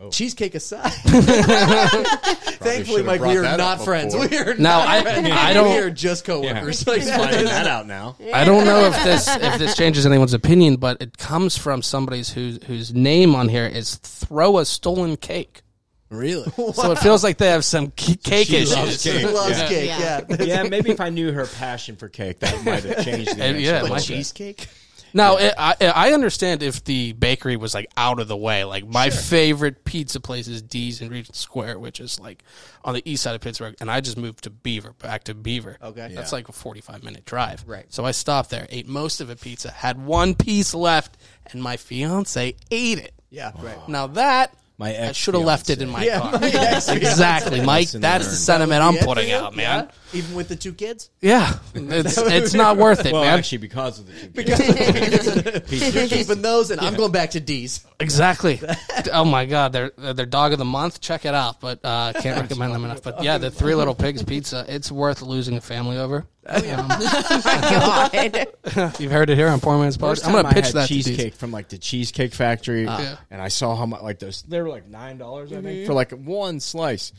Oh.
Cheesecake
[LAUGHS]
aside, [LAUGHS]
should
thankfully,
have
Mike, we
brought
are
that
not
up
friends.
before.
We are
Now [LAUGHS]
not
I
friends.
I
We are
don't
just coworkers.
Yeah.
Like
He's
that
finding
is-
that out [LAUGHS] now.
I don't know if this if this changes anyone's opinion, but it comes from somebody's whose whose name on here is throw a stolen cake.
Really?
So it feels like they have some c- cake
She
issues.
loves cake.
Loves
yeah.
cake, yeah.
Yeah.
[LAUGHS] Yeah, maybe if I knew her passion for cake, that might have changed the
Uh,
answer.
yeah,
a
it might
little bit.
Cheesecake?
Now it, I I understand if the bakery was like out of the way. Like my favorite pizza place is D's in Regent Square, which is like on the east side of Pittsburgh, and I just moved to Beaver, back to Beaver.
Okay.
that's like a forty-five minute drive.
Right.
So I stopped there, ate most of a pizza, had one piece left, and my fiance ate it.
Yeah, right.
Now that
My
I
ex
should have left it in my
[LAUGHS]
car. [LAUGHS] exactly, Mike.
Lesson
That's the
learned.
sentiment I'm
Yeah,
putting
yeah,
out, man.
yeah. Even with the two [LAUGHS] kids?
[LAUGHS]
Yeah, it's it's not worth it,
Well,
man.
actually, because of the two kids.
You're
Pizza just-
keeping those, and I'm going back to D's.
[LAUGHS]
Exactly. oh my God, they're they're dog of the month. Check it out, but uh, can't recommend them enough. But yeah, the Three Little Pigs pizza. It's worth losing a family over.
God.
You've heard it here on Poor Man's
First
Podcast. I'm gonna
time I
pitch
had
that To these.
cheesecake from like the Cheesecake Factory,
Uh.
Yeah. Mm-hmm.
and I saw how much like those they were like nine dollars I think for like one slice.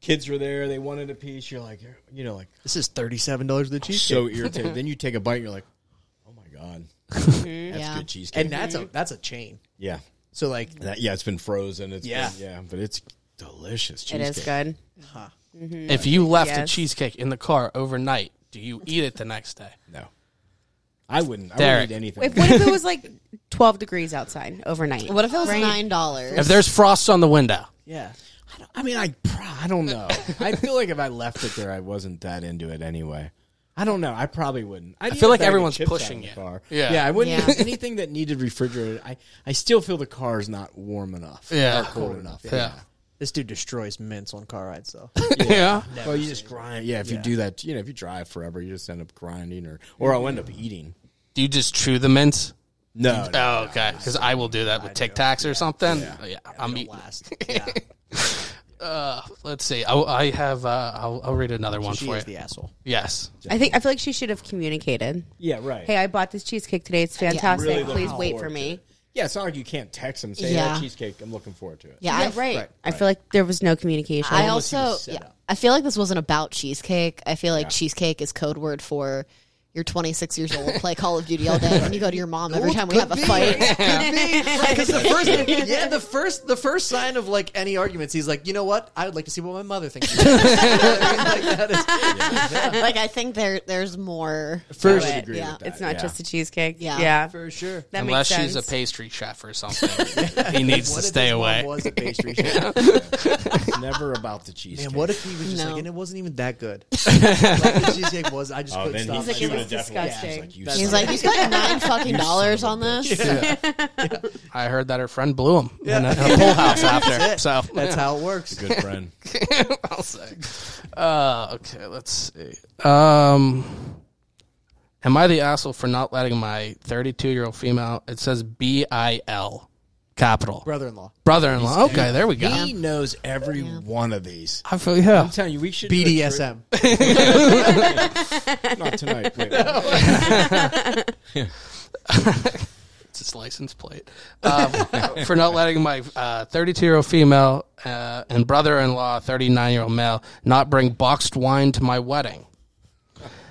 Kids were there; they wanted a piece. You're like, you know, like
This is $37 for the
[LAUGHS]
cheesecake.
so irritated. then you take a bite, and you're like, oh my god, that's
Yeah.
good cheesecake.
and that's a that's a chain.
yeah,
So, like,
That- yeah, it's been frozen. It's
Yeah.
been- yeah, but it's delicious.
it
Cheesecake.
is good.
If you left a
Yes.
cheesecake in the car overnight, do you eat it the next day?
No, I wouldn't. I
Derek.
wouldn't eat anything.
If, what if it was like 12 degrees outside overnight?
What if it was
Right.
nine dollars?
If there's frost on the window,
yeah.
I, don't, I mean, I pro- I don't know. [LAUGHS] I feel like if I left it there, I wasn't that into it anyway. I don't know. I probably wouldn't. I'd
I
eat
feel
a
like
bag of
everyone's
chips out
pushing
in the
it.
car.
Yeah.
yeah. I wouldn't
Yeah.
[LAUGHS] anything that needed refrigerated. I, I still feel the car is not warm enough.
Yeah.
or cold enough.
yeah,
This dude destroys mints on car rides, [LAUGHS] though.
yeah.
Well, you just grind. Yeah, if you do that, you know, if you drive forever, you just end up grinding, or or I'll end up eating.
Do you just chew the mints?
No, no.
Oh, okay. Because I will do that with Tic Tacs or something. Yeah, I'm eating.
Last. Yeah.
Let's see. I, I have. Uh, I'll, I'll read another one
She
for
is
you.
the asshole. [LAUGHS]
Yes.
I think I feel like she should have communicated.
yeah, right.
Hey, I bought this cheesecake today. It's fantastic.
Really looking
Please wait for
forward to
me.
it. Yeah, it's not like you can't text them saying
Yeah.
that cheesecake. I'm looking forward to it.
yeah,
Yeah,
I-
right. I feel like there was no communication.
I
was
also,
set
yeah,
up.
I feel like this wasn't about cheesecake. I feel like cheesecake is code word for you're 26 years old, play Call of Duty all day, and you go to your mom every time we have a fight.
Because the first, yeah, the first, the first sign of like any arguments, he's like, you know what? I would like to see what my mother thinks. [LAUGHS] About this." like, that
[LAUGHS]
is,
like I think there, there's more.
I would
But,
agree
yeah,
with that.
it's not
yeah.
just a cheesecake.
Yeah.
for sure.
That
Unless
makes
she's
sense.
a pastry chef or something, he needs
What
to
if
stay
his mom
away.
Was a pastry [LAUGHS] chef?
It's never about the cheesecake.
Man, what if he was just
No.
like, and it wasn't even that good. like, the cheesecake was. I just
Oh,
couldn't
then
stop.
he's
like,
she
it
would
was
have definitely
disgusting.
He's
That's
like, you
He's
son
like, you spent nine fucking dollars on this.
I heard that her friend blew him in, a, in a pool house after. So
That's how it works.
of a good friend.
I'll say. [LAUGHS] Uh, okay, let's see. Um, am I the asshole for not letting my 32 year old female? It says B I L, capital
Brother-in-law.
brother in law. Okay, there we go.
He knows every one of these.
I feel yeah.
I'm telling you, we should do a trip-
BDSM.
Not tonight. Wait,
It's his license plate um, [LAUGHS] for not letting my 32 year old female uh, and brother in law, 39 year old male, not bring boxed wine to my wedding.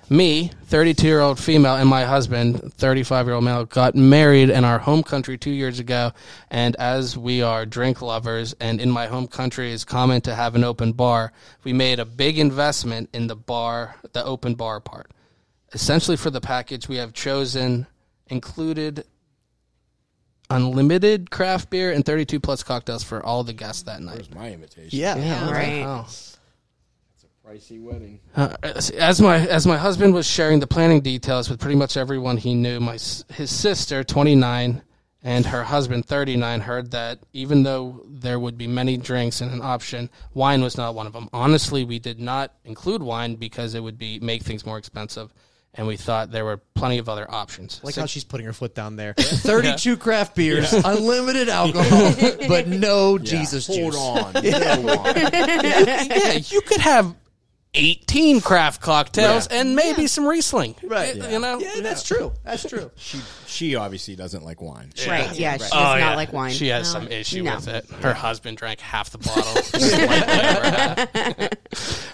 Me, 32 year old female, and my husband, 35 year old male, got married in our home country two years ago. And as we are drink lovers, and in my home country is common to have an open bar, we made a big investment in the bar, the open bar part. Essentially, for the package, we have chosen included unlimited craft beer and 32 plus cocktails for all the guests that night.
Where's my invitation?
Yeah.
right.
Oh.
Pricey wedding.
Uh, as as my as my husband was sharing the planning details with pretty much everyone he knew, my s- his sister, 29, and her husband, 39, heard that even though there would be many drinks and an option, wine was not one of them. Honestly, we did not include wine because it would be make things more expensive, and we thought there were plenty of other options.
Like how she's putting her foot down there. 32 craft beers, unlimited alcohol, but no Jesus
Hold
juice.
[LAUGHS] on. No one.
yeah, you could have 18 craft cocktails and maybe some Riesling.
Right.
You know?
Yeah, that's true. That's true.
She she obviously doesn't like wine.
Right. Yeah. She does
Oh,
not
yeah.
like wine.
She has some issue
No.
with it. Her husband drank half the bottle. Just like they ever had.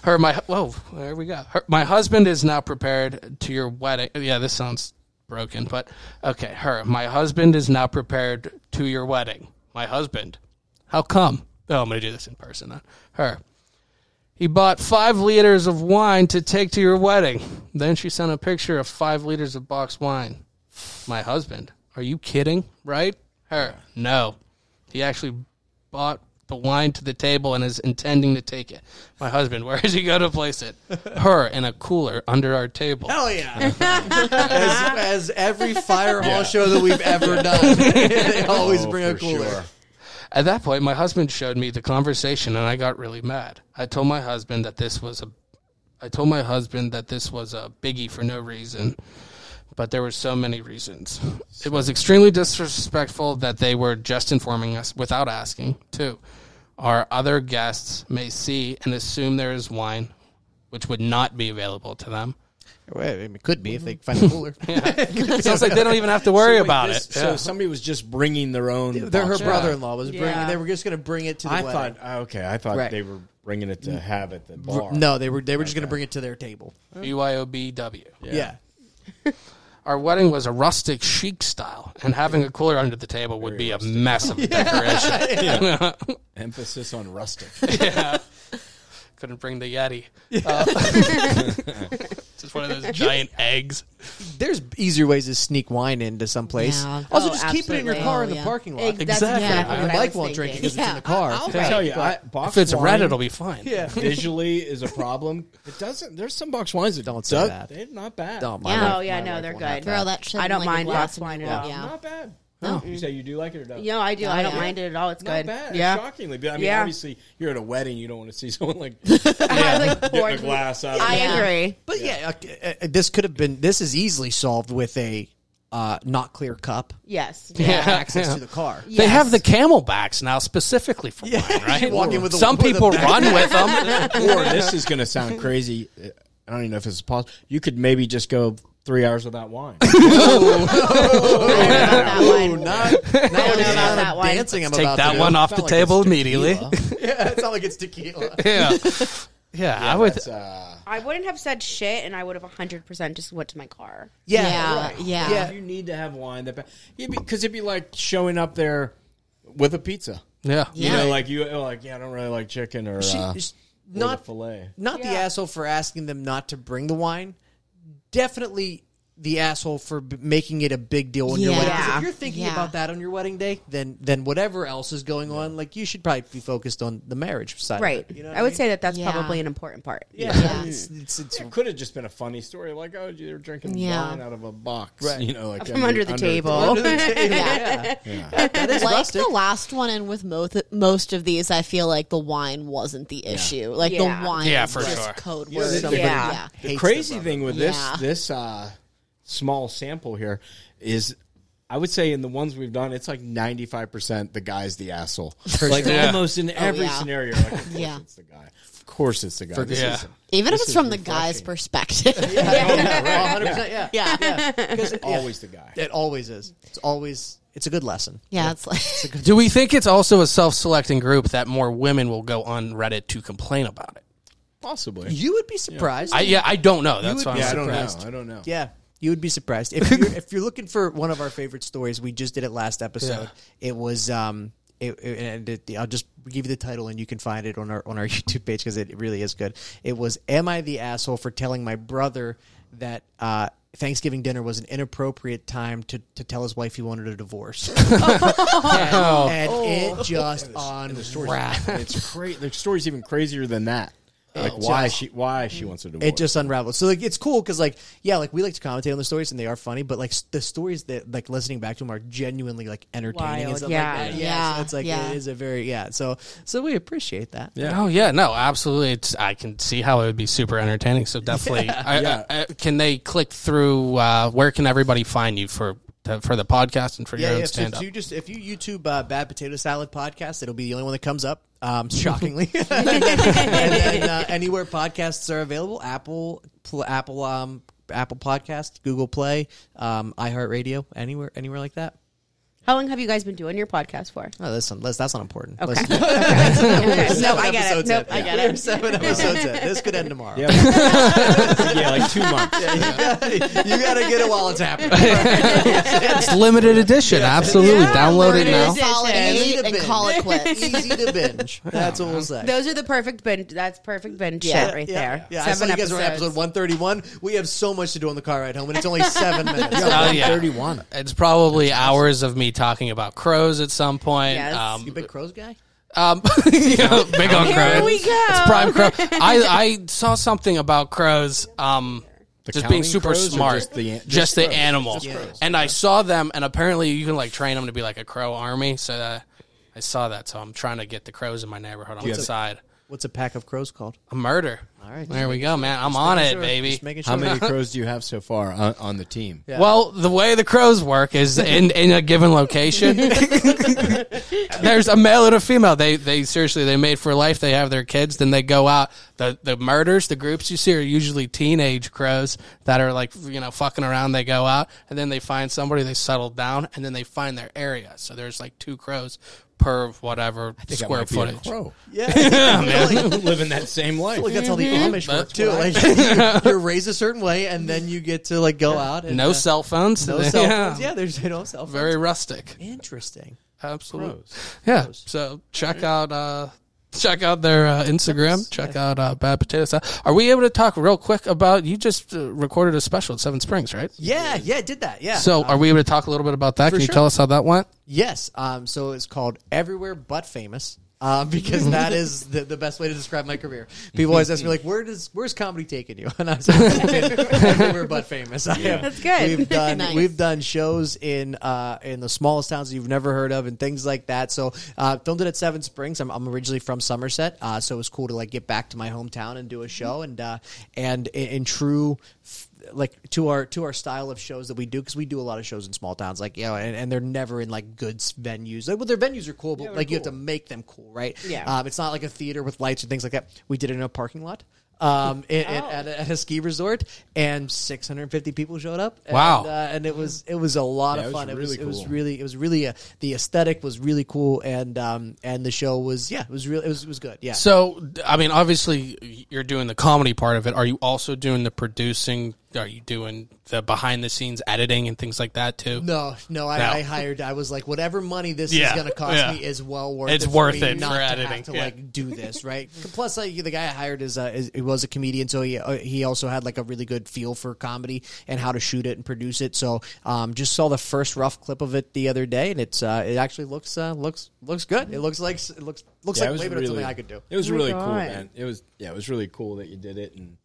her my whoa, there we go. Her, my husband is now prepared to your wedding. Yeah, this sounds broken, but okay. Her my husband is now prepared to your wedding. My husband, how come? Oh, I'm gonna do this in person. Then. Her. He bought five liters of wine to take to your wedding. Then she sent a picture of five liters of boxed wine my husband. Are you kidding? Right? Her. No. He actually bought the wine to the table and is intending to take it. My husband, [LAUGHS] where is he going to place it? Her in a cooler under our table.
Hell oh, yeah. [LAUGHS] as, as every fire hall show that we've [LAUGHS] ever done, they always
Oh,
bring a
for
cooler.
sure.
At that point, my husband showed me the conversation and I got really mad. I told my husband that this was a I told my husband that this was a biggie for no reason, but there were so many reasons. It was extremely disrespectful that they were just informing us without asking. Two, our other guests may see and assume there is wine which would not be available to them.
Well, I mean, it could be if they find a cooler.
It sounds like they don't even have to worry
Wait,
about
this-
it.
So somebody was just bringing their own.
They're her
box.
brother-in-law was bringing.
Yeah.
They were just going to bring it to the
I
wedding.
thought oh, okay. I thought
Right.
they were bringing it to have at the bar.
No, they were they were just going to bring it to their table.
BYOBW.
Yeah.
Our wedding was a rustic chic style, and having a cooler under the table would be a mess of
[LAUGHS]
decoration.
Emphasis on [LAUGHS] rustic.
Couldn't bring the Yeti.
[LAUGHS]
Uh, just one of those giant eggs.
There's easier ways to sneak wine into someplace.
Yeah.
Also,
Oh,
just keep it in your
absolutely.
car
Oh,
in the
yeah.
parking lot.
Ex- that's
Exactly.
exactly
And
what I
Mike
was
won't drink it
thinking.
because it's in the car.
I tell you, I, box
If it's
wine
red, it'll be fine.
Yeah.
[LAUGHS] visually is a problem. It doesn't. There's some box wines that
Don't say
do-
that.
They're not bad.
Oh, my
Yeah.
Oh yeah,
My
no,
wife
they're
will have
good.
Throw that shit.
I
in,
don't
like,
mind
a glass
box wine
and
at all.
Yeah.
Not bad.
No.
You say you do like it or don't?
No, I do. I don't
yeah.
mind it at all. It's
Not
good.
bad.
Yeah.
Shockingly, but I mean,
Yeah.
obviously, you're at a wedding. You don't want to see [LAUGHS] someone like
I was like,
getting a
poured-
glass out.
I
of it.
Yeah.
agree.
But yeah, uh, uh, this could have been. This is easily solved with a uh, not clear cup.
Yes.
[LAUGHS] Yeah.
access to the car.
They have the camelbacks now specifically for wine, right?
walk in with a-
Some
with a
people
back-
run with them.
[LAUGHS]
Or this is going to sound crazy. uh, I don't even know if this is possible. You could maybe just go three hours without wine.
that
Ooh,
one.
not, [LAUGHS] not with
know
the
about
amount of
that one.
dancing I'm
Take
about to
that
do.
one
It's
off
not
the
like
table
it's
immediately.
tequila. [LAUGHS] yeah, it's not like it's tequila.
Yeah. yeah. I would.
That's, uh,
I wouldn't have said shit, and I would have 100% just went to my car.
Yeah. Yeah.
Yeah.
You need to have wine that bad because it'd be like showing up there with a pizza.
Yeah.
You know, like you uh, like yeah, I don't really like chicken or
She-
uh,
sh-
or the
not
fillet.
not the asshole for asking them not to bring the wine. Definitely the asshole for b- making it a big deal on your
Yeah.
wedding. 'Cause
Yeah.
If you're thinking
Yeah.
about that on your wedding day, then then whatever else is going on, like you should probably be focused on the marriage side. of
Right.
it, [LAUGHS] you know what
I would say that that's
Yeah.
probably an important part.
Yeah.
Yeah.
Mm.
It's, it's, it's,
It could have just been a funny story, like oh, you were drinking
Yeah.
wine out of a box, You know, like
[LAUGHS] From under the table. [LAUGHS]
[LAUGHS]
yeah. That- that is
like
rustic.
the last one and with most most of these i feel like the wine wasn't the issue like
Yeah.
the wine
Yeah,
is
for
just
sure.
code
Yeah,
word
they-
they-
yeah.
Yeah.
The
Hates
crazy thing with this
Yeah.
this uh, small sample here is. I would say in the ones we've done, it's like ninety five percent the guy's the asshole. like
sure. Yeah.
[LAUGHS] almost in every
yeah.
scenario, like, of course
Yeah.
it's the guy. Of course it's the guy. This
Yeah.
is-
even if
This
it's
is
from the guy's perspective
Yeah, 100%, yeah.
yeah. yeah
[LAUGHS]
Because
always the guy.
It always is. It's always. It's a good lesson.
it's like
Do we think it's also a self selecting group that more women will go on Reddit to complain about it?
Possibly.
You would be surprised.
I, yeah, I don't know. That's
would
why
be
yeah, I
I'm
don't know.
surprised.
I don't know.
Yeah, you would be surprised if you're, if you're looking for one of our favorite stories. We just did it last episode. It was um, it, it- and it, I'll just give you the title and you can find it on our on our [LAUGHS] YouTube page because it really is good. It was "Am I the asshole for telling my brother that?" Uh, Thanksgiving dinner was an inappropriate time to, to tell his wife he wanted a divorce, [LAUGHS] and,
Oh.
and it just on
It's great. The story's even crazier than that. like why she why she wants to divorce.
It just unraveled. So like it's cool because like yeah, like we like to commentate on the stories and they are funny, but like s- the stories that like listening back to them are genuinely like entertaining
Wild,
and stuff
yeah.
like that.
Yeah,
so it's like
yeah.
it is a very yeah. So so we appreciate that.
yeah.
Oh yeah, no, absolutely. It's, I can see how it would be super entertaining. So
[LAUGHS]
definitely, I,
Yeah.
I, I- can they click through? Uh, where can everybody find you for the, for the podcast and for
Yeah,
your
yeah,
own
so
stand
if
up?
you just if you YouTube uh, "Bad Potato Salad" podcast, it'll be the only one that comes up. [LAUGHS] Um, shockingly, and then uh, anywhere podcasts are available: Apple, pl- Apple, um, Apple Podcast, Google Play, um, iHeartRadio, anywhere, anywhere like that.
How long have you guys been doing your podcast [LAUGHS] for?
Oh, that's not, that's not important.
Okay. [LAUGHS]
Listen,
no, I get it.
episodes
Nope,
in.
I get
We're
it. [LAUGHS]
seven episodes in. This could end tomorrow.
Yeah, like- yeah, like two months.
[LAUGHS] you gotta get it while
[LAUGHS]
it's happening.
It's limited edition. Absolutely, download it
limited
now.
edition.
Call it
Edition.
eight and call it quits.
Easy to binge. That's all we'll say.
Those are the perfect binge. That's perfect binge shit right there.
Yeah, I saw you guys were on episode 131. We have so much to do on the car ride home, and it's
[LAUGHS]
only seven minutes.
Oh, yeah.
131.
It's probably hours of me talking about crows at some point.
Yes.
You
Um,
big crows guy?
um, you
[LAUGHS]
know, big on
Here
crows.
we go.
It's prime crow. I, I saw something about crows. Um,
The
just being
counting
super
crows or
smart,
just the an-
just,
just
the
crows?
animal,
Just crows.
and I saw them, and apparently you can like train them to be like a crow army. So uh, I saw that, so I'm trying to get the crows in my neighborhood on the
have-
side.
What's a pack of crows called?
A murder. All
right, just
there we go, man. I'm on it,
Sure,
baby.
Just making sure.
How many
[LAUGHS]
crows do you have so far on, on the team? Yeah.
Well, the way the crows work is in, in a given location,
[LAUGHS]
there's a male and a female. They they seriously they mate for life. They have their kids, then they go out. the The murders, the groups you see are usually teenage crows that are like you know fucking around. They go out and then they find somebody, they settle down, and then they find their area. So there's like two crows per whatever square footage.
Crow.
Yeah.
[LAUGHS] Living that same life.
Like that's how the
Mm-hmm.
Amish work too. Like
[LAUGHS]
[LAUGHS] you're raised a certain way, and then you get to like go out and
No
uh,
cell phones. [LAUGHS]
no
Yeah.
cell phones. Yeah, there's no cell phones.
Very rustic.
interesting.
Absolutely. Yeah. So check out uh check out their uh, Instagram. Check out uh, Bad Potato Salad. Are we able to talk real quick about you just uh, recorded a special at Seven Springs, right?
Yeah, yeah, it did that. Yeah.
So are we able to talk a little bit about that? Can you
sure.
tell us how that went?
Yes. Um, so it's called Everywhere But Famous. Uh, [LAUGHS] because that is the, the best way to describe my career. People always ask me like, "Where does where's comedy taking you?" [LAUGHS] And I was like, "Everywhere but famous." [LAUGHS] I have-
That's good.
We've
[LAUGHS]
done
Nice.
we've done shows in uh, in the smallest towns you've never heard of and things like that. So uh, filmed it at Seven Springs. I'm, I'm originally from Somerset, uh, so it was cool to like get back to my hometown and do a show and uh, and in, in true. f- Like to our to our style of shows that we do because we do a lot of shows in small towns like you know and, and they're never in like good s- venues like well their venues are cool but like you have to make them cool right
Yeah.
um, it's not like a theater with lights and things like that we did it in a parking lot um in, in- at, a, at a ski resort and 650 people showed up and,
Wow.
uh, and it was it was a lot of
Yeah, it was
fun. It was
really
it was
cool.
really it was really uh, the aesthetic was really cool and um and the show was yeah it was real it was it was good yeah.
So d- I mean, obviously you're doing the comedy part of it. Are you also doing the producing? Are you doing the behind the scenes editing and things like that too?
no, no, I,
No.
I hired. I was like, whatever money this
Yeah,
is going to cost
yeah.
me is well worth.
It's
it for
worth
me
it for
not to have
editing,
to
yeah.
like do this, right? [LAUGHS] Plus, like, the guy I hired is, uh, is he was a comedian, so he uh, he also had like a really good feel for comedy and how to shoot it and produce it. So, um, just saw the first rough clip of it the other day, and it's uh, it actually looks uh, looks looks good. It looks like s- it looks looks
it
like
was
way better than something I could do.
It was
Oh my
really cool,
God.
man. It was yeah, it was really cool that you did it, and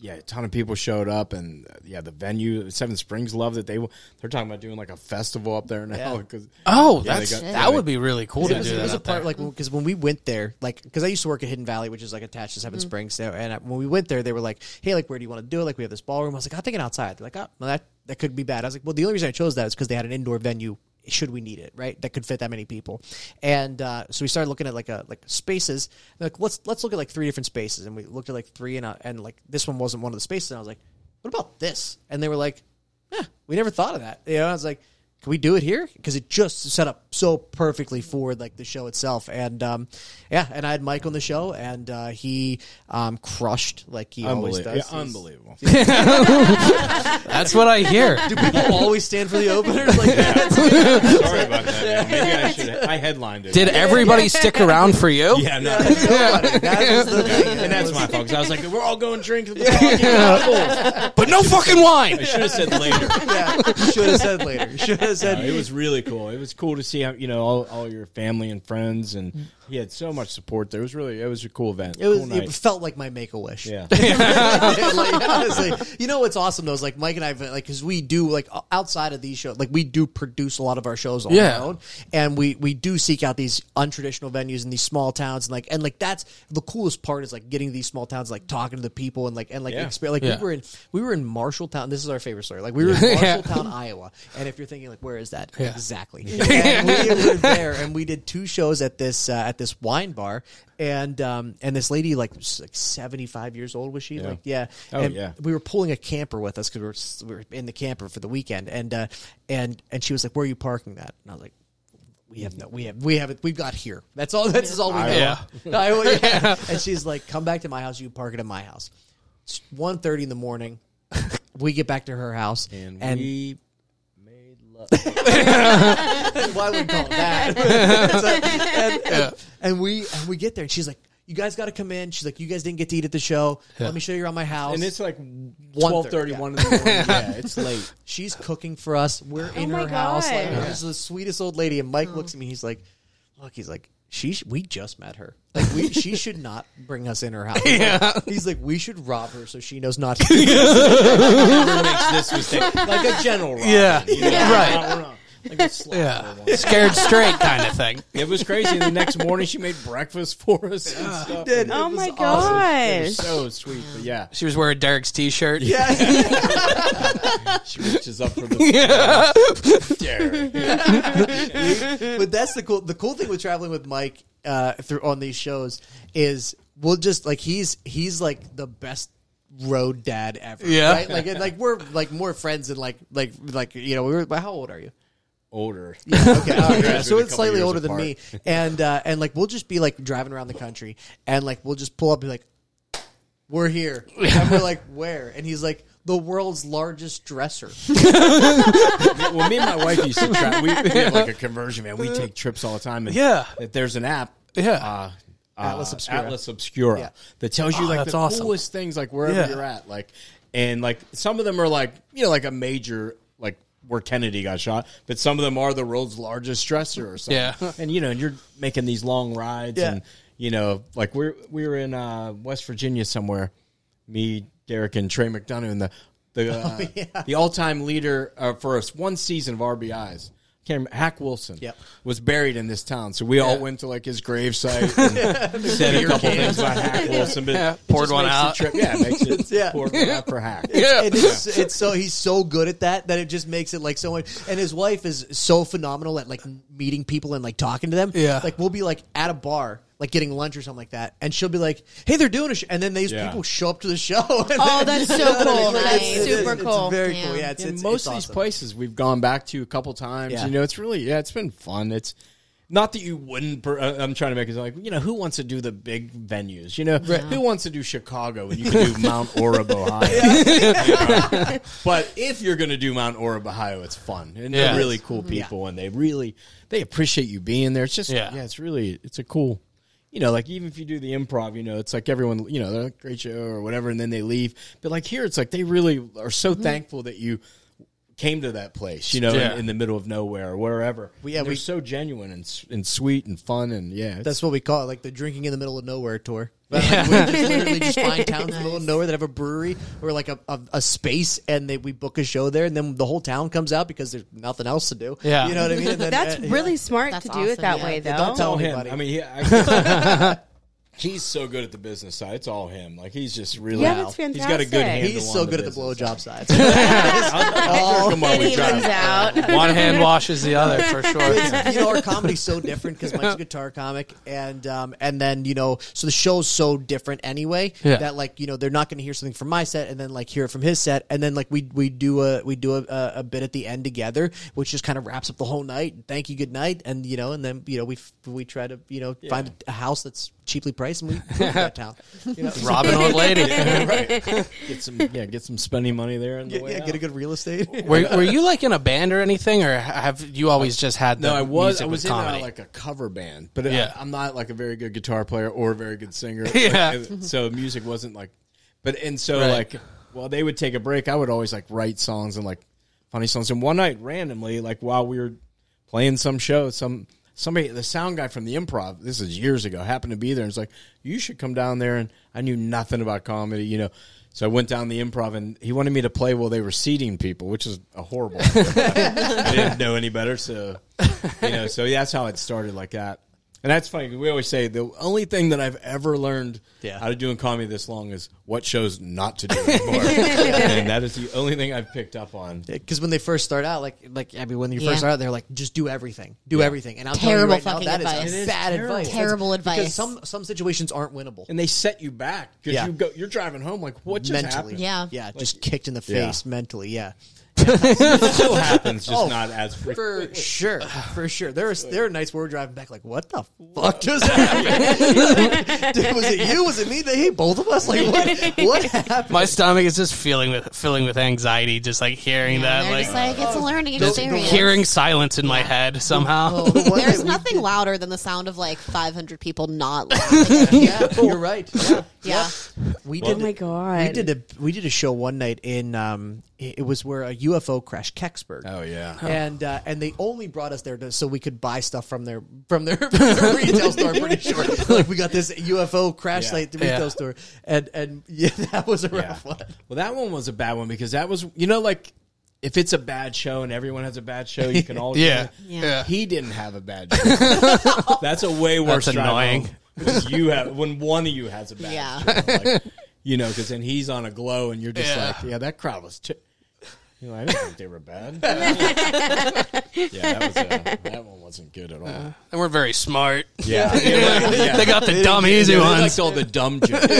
yeah, a ton of people showed up, and uh, yeah, the venue Seven Springs loved it. They w- they're talking about doing like a festival up there now
Yeah.
'cause-
Oh,
Yeah, they
that's
got- yeah,
that
they-
would be really cool
It
to
was,
do
it
that.
was a
out there.
part like because when we went there, like because I used to work at Hidden Valley, which is like attached to 7 Springs, there, and I, when we went there, they were like, "Hey, like where do you want to do it? Like we have this ballroom." I was like, "I'm thinking outside." They're like, "Oh, well, that that could be bad." I was like, "Well, the only reason I chose that is because they had an indoor venue." Should we need it, right? That could fit that many people, and uh, so we started looking at like a like spaces. They're Like let's let's look at like three different spaces, and we looked at like three, and I, and like this one wasn't one of the spaces. And I was like, what about this? And they were like, yeah, we never thought of that. You know, I was like, can we do it here? Because it just set up so perfectly for like the show itself, and um, yeah, and I had Mike on the show, and uh, he um, crushed like he always
unbelievable,
does.
yeah,
He's-
unbelievable.
That's what I [LAUGHS] hear.
Do people always stand for the
[LAUGHS]
openers
[LAUGHS]
like that?
Sorry about
[LAUGHS]
that. Man. Maybe I should. I headlined it.
Did everybody stick around for you?
yeah, no, that's-
That was the thing.
[LAUGHS] and that's my fault. 'cause I was like, we're all going drink.
[LAUGHS]
to the fucking Apple."
But no fucking wine.
[LAUGHS] I should have said later.
[LAUGHS] Yeah, should have said later. Should have was
No,
at
it was really cool. It was cool to see, you know, all, all your family and friends, and he had so much support there. It was really, it was a cool event.
It was.
cool
It
night.
felt like my make a wish.
Yeah.
[LAUGHS] like, honestly, you know what's awesome though is like Mike and I like because we do like o- outside of these shows, like we do produce a lot of our shows on
Yeah.
our own, and we we do seek out these untraditional venues in these small towns, and like and like that's the coolest part is like getting to these small towns, like talking to the people, and like and like
Yeah.
experience. Like
Yeah.
we were in we were in Marshalltown. This is our favorite story.
[LAUGHS]
Like we were in Marshalltown, Iowa, and if you're thinking like where is that
Yeah.
exactly? And [LAUGHS] we were there, and we did two shows at this uh, at this wine bar. And um and this lady like was, like seventy five years old was she
Yeah.
like yeah
Oh,
and
yeah.
we were pulling a camper with us because we were, s- we were in the camper for the weekend, and uh, and and she was like, "Where are you parking that?" And I was like, "We have no, we have, we have it. We've got here. That's all. That's all we know."
Iowa.
[LAUGHS] Iowa, yeah. And she's like, "Come back to my house. You park it at my house." It's one thirty in the morning. [LAUGHS] we get back to her house,
and,
and,
we made love.
why would we call it that? [LAUGHS] It's like- and, and- and we and we get there, and she's like. You guys got to come in. She's like, you guys didn't get to eat at the show. Let me show you around my house.
and it's like twelve
1:30,
thirty,
yeah.
one in the morning. Yeah, it's late.
She's cooking for us. We're in
Oh my
her house. Like,
God. Oh.
This is the sweetest old lady. And Mike looks at me. He's like, "Look, he's like, she. sh- We just met her. Like, we, she should not bring us in her house. He's like, we should rob her so she knows not to. do [LAUGHS] this."
Who makes this mistake? Like a general. Robin,
Yeah.
you know?
Right.
Not wrong. Like a slob.
Yeah. Scared straight kind of thing.
It was crazy. And the next morning, she made breakfast [LAUGHS] for us. And stuff.
did.
Oh my
It
gosh.
was so sweet, but yeah,
She was wearing Derek's t-shirt. Yeah.
she reaches up for the
[LAUGHS]
[LAUGHS] yeah.
but that's the cool the cool thing with traveling with Mike uh through on these shows is we'll just like he's he's like the best road dad ever.
Yeah.
Right? Like and, like we're like more friends and like like like you know, we were but how old are you?
Older.
Okay, all right,
graduated
so
a
it's
couple
slightly
years
older than me, and uh, and like we'll just be like driving around the country, and like we'll just pull up and be like, "We're here," and we're like, "Where?" And he's like, "The world's largest dresser."
well, me and my wife used [LAUGHS] to travel. We, we have like a conversion man. We take trips all the time. And
Yeah.
if there's an app.
Yeah.
uh,
Atlas
uh,
Obscura.
Atlas Obscura
Yeah.
that tells you
Oh,
like
that's
the
awesome.
coolest things, like wherever
Yeah.
you're at, like and like some of them are like you know like a major like where Kennedy got shot, but some of them are the world's largest stressor or something.
Yeah.
[LAUGHS] and you know and you're making these long rides
Yeah.
and you know like we're we were in uh, West Virginia somewhere, me Derek and Trey McDonough and the [LAUGHS] the uh, the all time leader uh, for us one season of RBIs. Can't remember, Hack Wilson
Yep.
was buried in this town, so we all went to like his [LAUGHS] gravesite and said a couple things about Hack Wilson. But
Yeah,
it
poured
just
one
makes the
out.
trip- [LAUGHS] yeah, it makes it
Yeah.
poured one out for Hack.
And it's, it's so he's so good at that that it just makes it like so much. And his wife is so phenomenal at like meeting people and like talking to them.
Yeah.
like we'll be like at a bar, like getting lunch or something like that, and she'll be like, "Hey, they're doing a," show. and then these
Yeah.
people show up to the show. [LAUGHS] oh,
Oh, that's so cool.
Nice.
That's
It's-
super cool.
It's very cool.
Yeah.
Yeah, it's,
And
it's
most
it's
of these
awesome.
places we've gone back to a couple times.
Yeah.
You know, it's really yeah, it's been fun. It's not that you wouldn't. Per, uh, I'm trying to make it sound like you know who wants to do the big venues. You know, who wants to do Chicago and you can do
[LAUGHS]
Mount Orab, Ohio. You know? [LAUGHS] But if you're going to do Mount Orab, Ohio, it's fun and
Yeah.
they're really cool
Mm-hmm.
people and they really they appreciate you being there. It's just
Yeah.
yeah, it's really it's a cool. You know, like even if you do the improv, you know, it's like everyone, you know, they're like, great show or whatever, and then they leave. But like here, it's like they really are so
Mm-hmm.
thankful that you came to that place, you know,
Yeah.
in, in the middle of nowhere or wherever.
We- yeah,
And
we-
they're so genuine and s- and sweet and fun and yeah,
That's what we call it, like the drinking in the middle of nowhere tour. [LAUGHS] But like, we just literally just find towns in the middle of nowhere that have a brewery or like a, a, a space, and they, we book a show there, and then the whole town comes out because there's nothing else to do.
Yeah.
you know what I mean. And
[LAUGHS]
then,
That's
uh, yeah.
really smart
That's
to do it
awesome,
that
yeah.
way,
Yeah,
though.
don't tell
all him.
anybody.
I mean, he, I,
[LAUGHS]
[LAUGHS] he's so good at the business side. It's all him. Like he's just really
Yeah, that's
He's got a good
fantastic.
handle.
He's
on
so good at the
business
blowjob side.
[LAUGHS] I'll- Come on, we
It
[LAUGHS]
evens
tried.
out.
One hand washes the other for
[LAUGHS]
sure.
you know, our comedy's so different because Mike's a guitar comic, and um, and then you know, so the show's so different anyway
Yeah.
that like you know they're not going to hear something from my set and then like hear it from his set, and then like we we do a we do a, a, a bit at the end together, which just kind of wraps up the whole night. Thank you, good night, and you know, and then you know we f- we try to you know find a house that's cheaply priced and we move to that town. You know,
Robbing old lady.
[LAUGHS]
Get some, yeah, get some spending money there. And
yeah, yeah, get a good real estate.
Were, were you like in a band or anything, or have you always just had? The
No, I was.
music
I
with
was in
comedy?
a, like a cover band, but
Yeah.
I, am not like a very good guitar player or a very good [LAUGHS] singer.
Yeah.
Like, so music wasn't like, but and so
Right.
like, while they would take a break, I would always like write songs and like funny songs. And one night, randomly, like while we were playing some show, some somebody, the sound guy from the improv, this is years ago, happened to be there and was like, "You should come down there." And I knew nothing about comedy, you know. So I went down the improv, and he wanted me to play while they were seating people, which is a horrible. I didn't know any better, so you know. So that's how it started, like that. And that's funny 'cause we always say the only thing that I've ever learned
Yeah.
how to do in comedy this long is what shows not to
[LAUGHS]
do anymore. and that is the only thing I've picked up on.
Because when they first start out, like like I mean, when you
Yeah.
first start out, they're like, just do everything, do everything. And I'll
Terrible
tell you right
fucking
now, that is
advice. It is
bad
terrible.
advice.
Terrible
That's-
advice.
Because some some situations aren't winnable.
And they set you back because
Yeah.
you go, you're driving home like, what just
mentally,
happened?
Yeah.
yeah, just kicked in the
Yeah.
face mentally, yeah.
Still happens, just
Oh,
not as frequently.
For sure, for sure. There are there are nights where we're driving back, like, what the fuck just happened? [LAUGHS] Dude, was it you? Was it me? They hate both of us. Like, what? What happened?
My stomach is just feeling with filling with anxiety, just like hearing
And
that,
they're
like,
just like it's a learning
just [LAUGHS]
experience.
hearing silence in my head somehow.
[LAUGHS] What
There's
did we
nothing
do?
louder than the sound of like 500 people
[LAUGHS]
not laughing.
Yeah, you're right. Yeah,
yeah.
we
Well,
did.
Oh my god!
We did a we did a show one night in um it it was where a UFO crashed Kecksburg.
Oh, yeah.
And uh, and they only brought us there to, so we could buy stuff from their from their, [LAUGHS] from their retail store. I'm Pretty sure, like we got this UFO crash
Yeah.
site at the retail
Yeah.
store, and and yeah, [LAUGHS] that was a
Yeah.
rough
[LAUGHS]
one.
Well, that one was a bad one because that was, you know, like if it's a bad show and everyone has a bad show,
[LAUGHS]
you can all
[LAUGHS] Yeah.
Yeah.
He didn't have a bad show.
[LAUGHS]
That's a way worse.
That's
drive
annoying.
home. Because you have when one of you has a bad
Yeah.
show, like, [LAUGHS] you know, because then he's on a glow and you're just
Yeah.
like, yeah, that crowd was. T-. You know, I didn't think they were [LAUGHS] bad. yeah, that, was, uh, that one wasn't good at all.
They weren't very smart.
yeah, yeah, [LAUGHS]
[LAUGHS]
yeah.
They got the dumb easy
They
ones.
liked all the dumb jokes.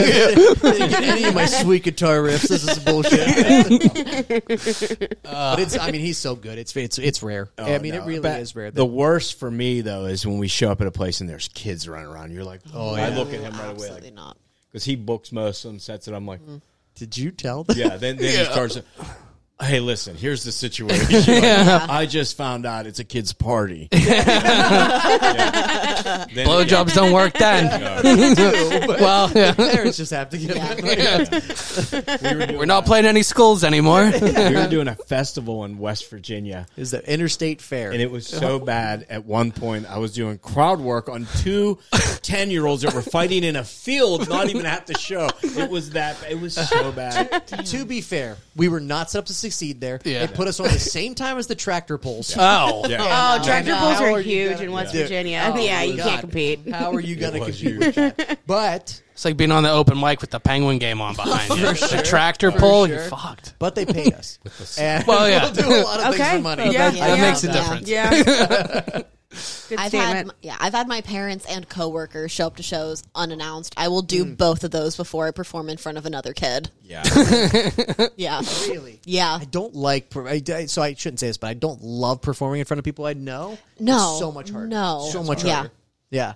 Any of my sweet guitar riffs, this is bullshit. [LAUGHS] but it's I mean he's so good. It's it's it's rare. I mean
no.
it really
But
is rare.
[LAUGHS] The worst for me though is when we show up at a place and there's kids running around. You're like, oh, I look at him right away,
Absolutely
like
not.
because he books most of them sets, and I'm like,
Did you tell? Them?
yeah. Then then he starts. Hey, listen. Here's the situation. Like, I just found out it's a kid's party. Yeah. Then-
Blowjobs don't work
[LAUGHS]
then. well, [LAUGHS] yeah.
[LAUGHS] Parents just have to give.
We were, doing,
we're not playing any schools anymore.
[LAUGHS] we were doing a festival in West Virginia,
Is the interstate fair?
and it was so bad. At one point, I was doing crowd work on two 10 year olds that were fighting in a field, not even at the show. It was that. It was so bad.
To be fair, we were not set up to succeed there.
Yeah.
They put us on the same time as the tractor pulls.
oh,
Yeah.
Oh, tractor
no.
pulls
How
are
are you
huge
gonna-
in West
Yeah.
Virginia. [LAUGHS]
Oh,
yeah,
my
you
God.
can't compete.
[LAUGHS] How are you going to
was
compete
huge.
with that? But
it's like being on the open mic with the penguin game on behind you. The tractor pull, you're
sure.
fucked.
but they paid us. And
Well, yeah.
we'll do a lot of things
Okay.
for money.
Yeah.
That
Yeah.
makes a
Yeah.
difference.
Yeah. [LAUGHS] Good
I've had
statement.
m- yeah, I've had my parents and coworkers show up to shows unannounced. I will
Mm.
do both of those before I perform in front of another
[LAUGHS]
kid.
Yeah.
Yeah.
Really?
Yeah.
I don't like. per- I, I- so I shouldn't say this, but I don't love performing in front of people I know.
No.
It's so much harder.
No.
so much
Yeah.
harder. Yeah,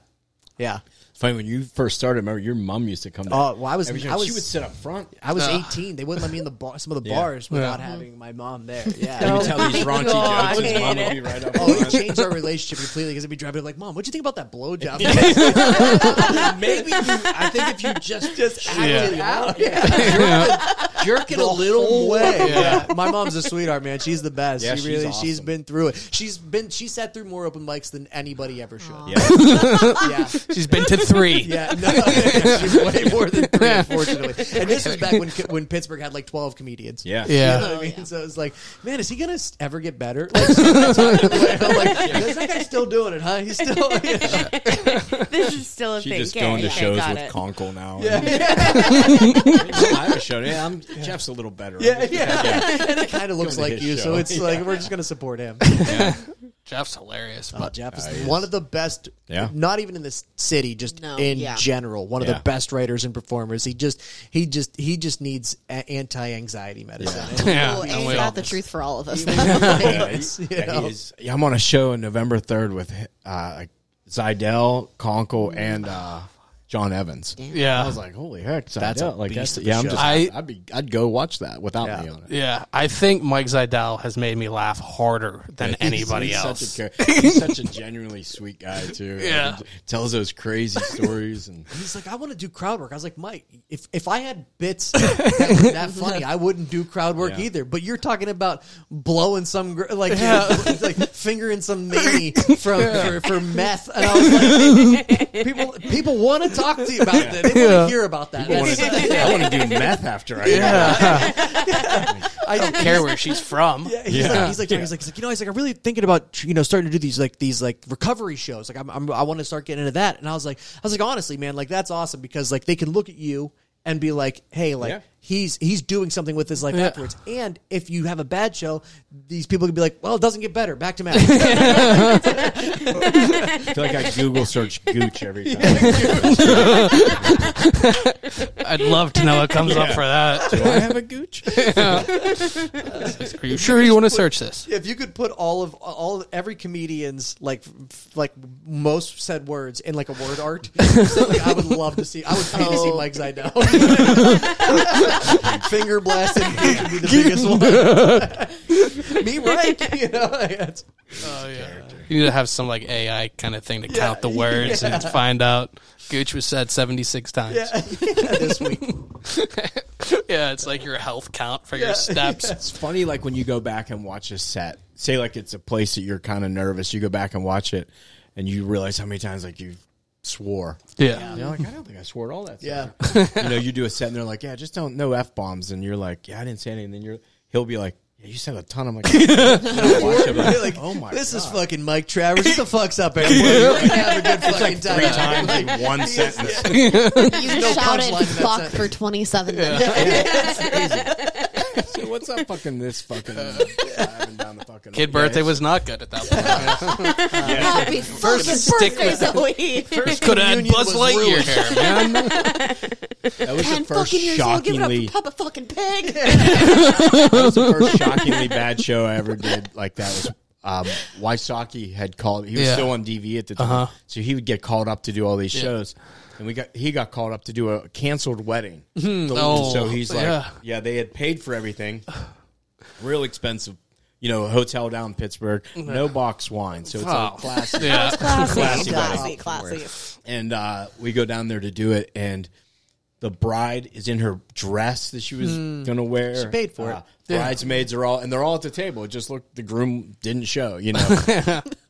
yeah.
Funny when you first started. Remember, your mom used to come. down.
Oh, well, I was-
Every
I
time
was-
she would sit up front.
I was 18. They wouldn't let me in the bar, some of the
Yeah.
bars without having my mom there. Yeah.
You tell
[LAUGHS]
these raunchy
God.
jokes. His mom would be right up.
Oh, it
front.
changed our relationship completely because it'd be driving like, Mom, what'd you think about
[LAUGHS]
that blowjob?
Oh, Maybe you, I think if you
[LAUGHS]
just just
acted
out,
jerk it a little way. Yeah. [LAUGHS] My mom's a sweetheart, man. She's the best.
Yeah,
she
she's
really
awesome.
she's been through it. She's been she sat through more open mics than anybody ever should.
[LAUGHS] yeah,
Yeah.
She's been to three.
Yeah, [LAUGHS] no, she's way more than three, unfortunately. And this was
[LAUGHS]
back when when Pittsburgh had like twelve comedians.
yeah,
You know
Yeah.
what I mean? So it's like, man, is he gonna s- ever get better? Like, [LAUGHS] I'm like, is that guy still doing it, huh? He's still. [LAUGHS]
This is still a
She
thing.
just
Okay,
going to
okay,
shows
got
with
it.
Conkle now. [LAUGHS] I have a show. Yeah, I'm, Jeff's a little better.
Yeah, [LAUGHS] yeah. And he kind of looks
Going to
like
his
you, so
show.
it's like we're just gonna support him.
Jeff's hilarious.
Oh,
But
Jeff is
he
one of the best.
Yeah.
Not even in this city, just
No,
in
yeah.
general, one of
Yeah.
the best writers and performers. He just, he just, he just needs a- anti-anxiety medicine. [LAUGHS]
yeah,
Well, and
and
he's
we all-
got the truth for all of us.
[LAUGHS] Yeah, he- yeah, he is- yeah, I'm on a show on November 3rd with uh, Zidel, Conkle, and uh, John Evans.
Yeah.
I was like, holy heck,
That's
that's
a
out. like
beast
that's
of a
yeah. I'm
show.
just
I-
I, would be I'd go watch that without me on it.
Yeah, I think Mike Zidell has made me laugh harder than anybody
he's
else.
Such a, char- he's such a genuinely sweet guy too.
Yeah.
Like, he tells those [LAUGHS] crazy stories and
He's like, I want to do crowd work. I was like, Mike, if if I had bits [LAUGHS] that were that funny, I wouldn't do crowd work
Yeah.
either. But you're talking about blowing some gr- like, [LAUGHS] you're- like fingering
[LAUGHS]
some nanny from for, for meth, and I was like, [LAUGHS] people people want to talk to you about that. They want to hear about that.
I want
That's-
to I wanna do meth after I [LAUGHS]
yeah,
I
I don't care where she's from.
Yeah, he's like, he's like, he's like, he's like, you know, he's like, I'm really thinking about, you know, starting to do these like these like recovery shows. Like, I'm, I'm I want to start getting into that. And I was like, I was like, honestly, man, like that's awesome because like they can look at you and be like, hey, like
Yeah.
he's he's doing something with his life
Yeah.
afterwards. And if you have a bad show, these people can be like, well, it doesn't get better. Back to math.
I feel like I Google search gooch every time. [LAUGHS]
I'd love to know what comes up for that.
do I have a gooch?
Are you sure you want to search this?
if you could put all of all of every comedian's like f- like most said words in like a word
[LAUGHS]
art, so, like, I would love to see. I would pay to see Mike Zidell. Finger blasting gooch would be the biggest one. [LAUGHS] Me right? You know, like, that's-
Oh yeah, you need to have some like AI kind of thing to count the words and find out. Gooch was said seventy six times. [LAUGHS] Yeah.
this week.
it's like your health count for your steps.
It's funny, like when you go back and watch a set. Say, like it's a place that you're kind of nervous. You go back and watch it, and you realize how many times like you swore.
Yeah,
You're like, I don't think I swore at all that.
Yeah.
[LAUGHS] you know, you do a set, and they're like, Yeah, just don't no f bombs, and you're like, Yeah, I didn't say anything. And then you're, he'll be like, Yeah, you said a ton. I'm like, [LAUGHS] I watch it, I'm like, Oh my,
This is
God."
fucking Mike Travers. What the fuck's up,
[LAUGHS]
everyone? You're gonna have a good fucking time.
Three times in [LAUGHS] one sentence.
[LAUGHS] You
no
shouted
punchline in that
fuck
sentence.
for 27 minutes.
So what's up, fucking this fucking driving down the fucking
kid birthday was not good at that point.
Happy fucking
stick
birthday,
with it.
Zoe.
Could add
Union
Buzz
was
Lightyear here, man.
ruined.
[LAUGHS] That was the
10
first
fucking years old. Give it up
shockingly
for Papa fucking Pig.
[LAUGHS]
That was the first shockingly bad show I ever did. Like that was um, Wysocki had called. He was
Yeah. Uh-huh.
still on DV at the time, so he would get called up to do all these shows. And we got he got called up to do a canceled wedding.
[LAUGHS]
The-
Oh,
so he's like,
yeah.
yeah. they had paid for everything, real expensive. You know, hotel down
[SIGHS]
in Pittsburgh, no box wine, so it's
Oh.
a classic.
Yeah,
Classy,
classy,
buddy.
classy.
and uh, we go down there to do it, and the bride is in her dress that she was gonna wear. She
paid for it.
Bridesmaids are all, and they're all at the table. It just looked the groom didn't show, you know.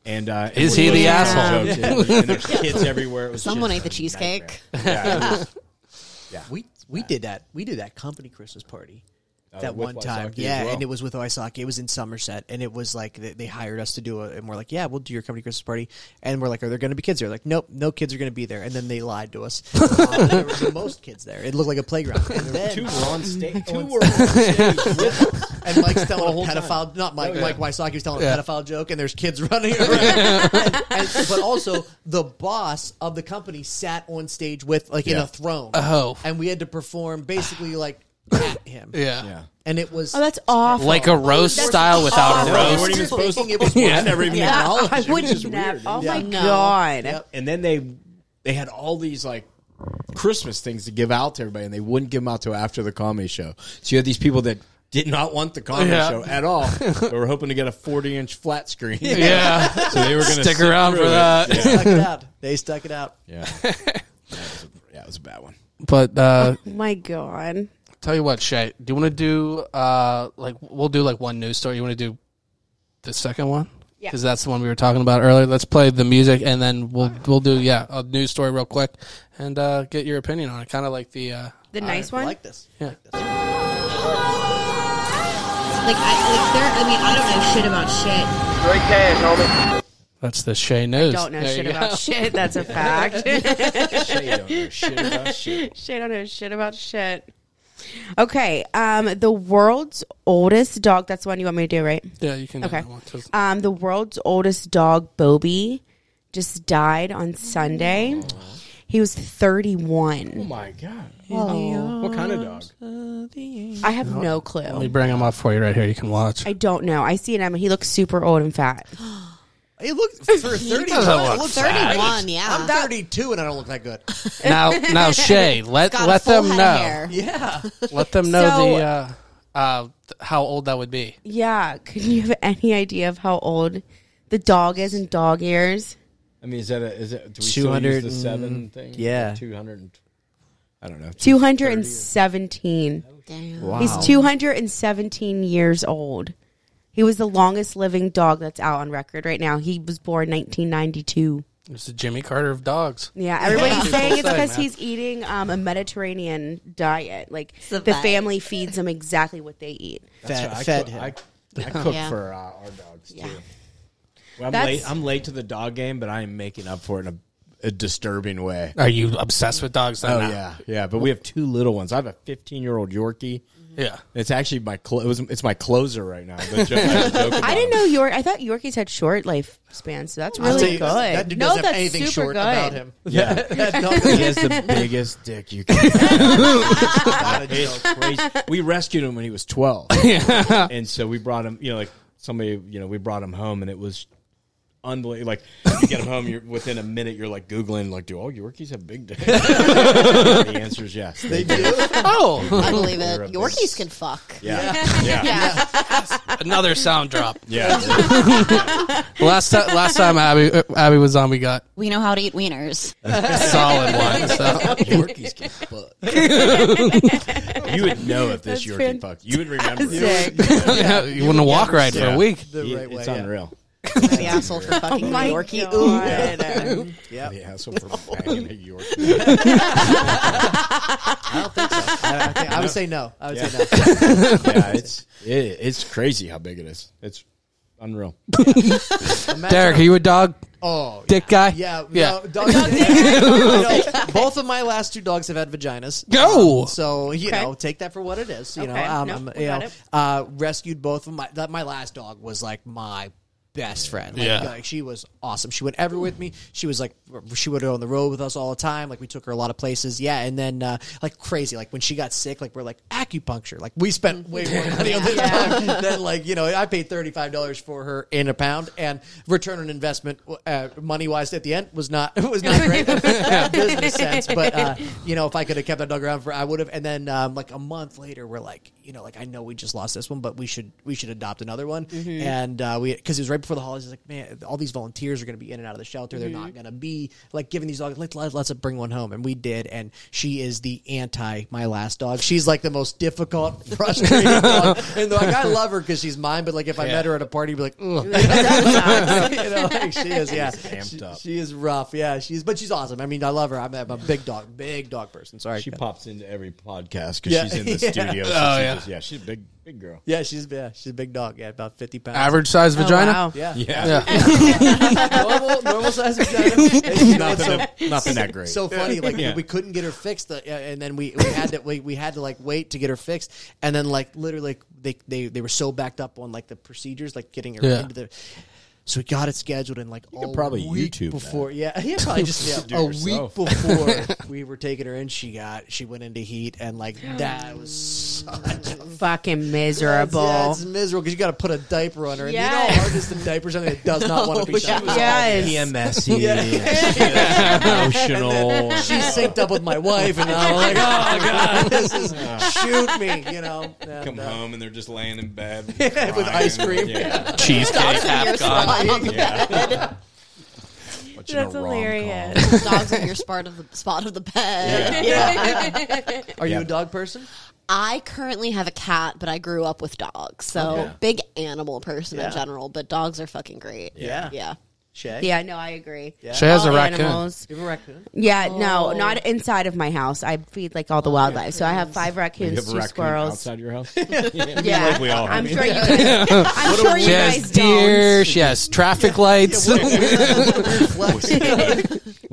and uh, and
Is
we
he the
looked at
asshole?
the jokes, And, and there's kids everywhere. It was
Someone
just
ate the
a
cheesecake.
nightmare. Yeah, it was-
We we did that. We did that company Christmas party. that
Uh, with
one
Wysocki
time,
as
yeah,
well.
and it was with Oisaki. It was in Somerset, and it was like they, they hired us to do it, and we're like, "Yeah, we'll do your company Christmas party." And we're like, "Are there going to be kids there?" Like, nope, no kids are going to be there. And then they lied to
[LAUGHS]
us. Um, there was the most kids there. It looked like a playground. And then,
Two were on stage.
Two
Two
were
were
on
[LAUGHS]
and [LAUGHS] Mike's telling a pedophile, not Mike, Mike Wysocki was telling
Yeah.
a pedophile joke, and there's kids [LAUGHS] running around. and, and- [LAUGHS] but also, the boss of the company sat on stage with, like, in
Yeah.
a throne.
Oh.
And we had to perform [SIGHS] basically, like, at him.
yeah.
[LAUGHS]
yeah.
And it was.
Oh, that's awful.
Like a roast style without a
[LAUGHS]
awful.
roast.
What are you supposed to-
It was
Yeah.
I never even
yeah,
acknowledged
I
it.
wouldn't. Nap. Oh my
Yeah.
No.
god.
Yep.
and then they they had all these like Christmas things to give out to everybody, and they wouldn't give them out till after the comedy show. So you had these people that did not want the comedy
Yeah.
show at [LAUGHS] all. they were hoping to get a forty inch flat screen.
Yeah.
So they were going to
Stick around for that.
[LAUGHS] Stuck it out. They stuck it out.
Yeah, [LAUGHS] yeah. That, was a, yeah it was a bad one.
But uh,
Oh my god.
tell you what, Shay, do you want to do uh, like we'll do like one news story? You want to do the second one?
Yeah.
Because that's the one we were talking about earlier. Let's play the music, and then we'll we'll do yeah a news story real quick, and uh, get your opinion on it. Kind of like the uh,
The nice
I
one.
like this.
Like, I, like there. I mean, I don't know shit about shit.
that's the Shay news.
don't know
There you
shit
go.
about shit. That's a fact.
Shit on her, shit on her, shit.
[LAUGHS] Shit don't know shit about shit. Okay, um, the world's oldest dog. That's the one you want me to do, right?
Yeah, you can. do
Okay.
that one, 'cause-
Um, the world's oldest dog, Bobby, just died on Sunday. He was 31.
Oh my god! What kind of
Um,
dog?
I have no
Let me
clue.
bring him up for you right here. You can watch.
I don't know. I see him. He looks super old and fat. [GASPS]
Hey, [LAUGHS] look for thirty.
doesn't look
great.
31, yeah.
I'm thirty-two and I don't look that good.
now,
[LAUGHS]
now, Shay, let
Got a
let
full
them
head
know.
of hair.
[LAUGHS] Yeah,
Let them know
So-
the uh, uh, th- how old that would be.
Yeah. Can you have any idea of how old the dog is in dog ears?
I mean, is that a, is it? Do we still use
200
the seven thing?
yeah.
two hundred. I don't know.
217.
Damn.
He's 217 years old. He was the longest living dog that's out on record right now. He was born 1992.
It's the Jimmy Carter of dogs.
Yeah, everybody's
People
saying it's
say,
because
man.
he's eating um, a Mediterranean diet. Like
the
the
vibe.
family feeds him exactly what they eat.
fed,
I
fed
cook,
him.
I,
[LAUGHS]
I cook
Yeah.
for uh, our dogs too. Well, I'm
That's-
late. I'm late to the dog game, but I am making up for it in a, a disturbing way.
Are you obsessed with dogs? then?
Oh
No.
yeah, yeah. But we have two little ones. I have a 15 year old Yorkie.
Mm-hmm.
yeah.
It's actually my clo- it was, it's my closer right now. The joke- I was joking
I
about
didn't
it.
know York. I thought Yorkies had short lifespans, so that's
I'll tell
really
you,
good.
That dude doesn't have anything short about him.
Yeah,
That [LAUGHS] dog
[LAUGHS] he has the biggest dick you can. It's crazy. We rescued him when he was 12, and so we brought him. You know, like somebody. You know, we brought him home, and it was. Unbelievable! Like you get him home, you're within a minute. You're like googling, like, do all Yorkies have big [LAUGHS] dicks? the answer is yes. They do.
Oh,
I believe
You're a
it. Yorkies
beast.
can fuck.
Yeah,
[LAUGHS]
yeah, yeah.
another sound drop.
yeah.
Last time, last time Abby uh, Abby was on, we got
We know how to eat wieners.
a solid one.
[LAUGHS]
So.
Yorkies can fuck. you would know if this
[LAUGHS] That's
Yorkie fucked. You would remember.
Sick.
[LAUGHS]
[LAUGHS]
you wouldn't walk right for
Yeah.
a week.
the
He-
right way.
it's
yeah.
unreal.
The asshole for fucking
Oh My
Yorkie.
God.
Ooh.
[LAUGHS] Yeah.
The asshole [LAUGHS] for banging a Yorkie.
I don't think so. I, I, think, I would say no. I would say no.
[LAUGHS]
yeah, it's it, it's crazy how big it is. It's unreal.
Derek, are you a dog
Oh,
dick guy?
yeah.
yeah.
No, dog, [LAUGHS] No,
[LAUGHS]
both of my last two dogs have had vaginas. Um,
Go.
So you
Okay.
know, take that for what it is. You know,
Okay.
um,
No,
I'm-
we
you
got
know,
it.
uh, rescued both of my. That, my last dog was like my best friend. Like,
Yeah.
like, she was awesome. She went everywhere with me. She was like, she would go on the road with us all the time. Like we took her a lot of places. Yeah, and then uh, like crazy. Like when she got sick, like we're like acupuncture. Like we spent way more money on this dog than like you know. I paid thirty five dollars for her in a pound, and return on investment uh, money wise at the end was not [LAUGHS] was not great business sense. But
[LAUGHS]
uh, you know, if I could have kept that dog around for, I would have. And then um, like a month later, we're like, you know, like I know we just lost this one, but we should we should adopt another one.
Mm-hmm.
And uh, we because it was right before the holidays. Like man, all these volunteers are going to be in and out of the shelter. They're
Mm-hmm.
not going to be like giving these dogs. Let's, let's let's bring one home, and we did. And she is the anti my last dog. She's like the most difficult, [LAUGHS] frustrating dog. And like I love her because she's mine, but like if I met her at a party, I'd be like,
[LAUGHS]
ugh. [LAUGHS] you know, like she is, yeah.
amped
She-
up.
She is rough, yeah. She's but she's awesome. I mean, I love her. I'm, I'm a big dog, big dog person. Sorry,
She
Ken.
pops into every podcast because
Yeah.
she's in
[LAUGHS]
the
Yeah.
studio. So
Oh,
she
yeah.
Just, yeah, she's a big
[LAUGHS]
big girl.
Yeah, she's yeah, she's a big dog. Yeah, about fifty pounds.
Average size vagina.
Oh, wow.
Yeah,
Yeah,
[LAUGHS] normal, normal size vagina. It's- it's
nothing,
so-
that- nothing that great.
[LAUGHS] so funny. Like
[LAUGHS] Yeah.
we couldn't get her fixed, uh, and then we, we had to we, we had to like wait to get her fixed, and then like literally like, they they they were so backed up on like the procedures, like getting her
Yeah.
into the. So we got it scheduled in like all
probably
week
YouTube that.
before,
[LAUGHS]
yeah, yeah, probably just
Do
yeah,
it
a
yourself.
week before
[LAUGHS]
we were taking her in. She got she went into heat, and like that was such a
Fucking
yeah,
miserable.
it's miserable because you got to put a diaper on her. And you know
Yes.
how hard it is to diaper something that does
[LAUGHS]
not want to be done.
Oh, Yes.
[LAUGHS]
PMSy, E. emotional.
She synced up with my wife, and I'm
[LAUGHS]
like, oh god, this is shoot me, you know. And,
Come
uh,
home and they're just laying
[LAUGHS]
in bed
With ice
crying.
cream.
[LAUGHS]
Yeah,
Cheesecake half gone.
Watching a
That's
rom-com.
hilarious.
Dogs in your spot of the spot of the bed.
Yeah.
Are you
Yeah.
a dog person?
I currently have a cat, but I grew up with dogs, so big animal person in general. But dogs are fucking great.
Yeah.
yeah.
Shay,
Yeah, no, I agree.
She has a
All
raccoon.
animals.
you have a raccoon.
Yeah,
Oh.
no, not inside of my house. I feed like all the wildlife. So I have five
You
raccoons,
have a
two
raccoon
squirrels.
outside
[LAUGHS]
your house. yeah,
Yeah,
we all have.
I'm sure you
[LAUGHS]
guys. I'm sure you
She has
guys
deer.
don't.
She has traffic lights. [LAUGHS]
what do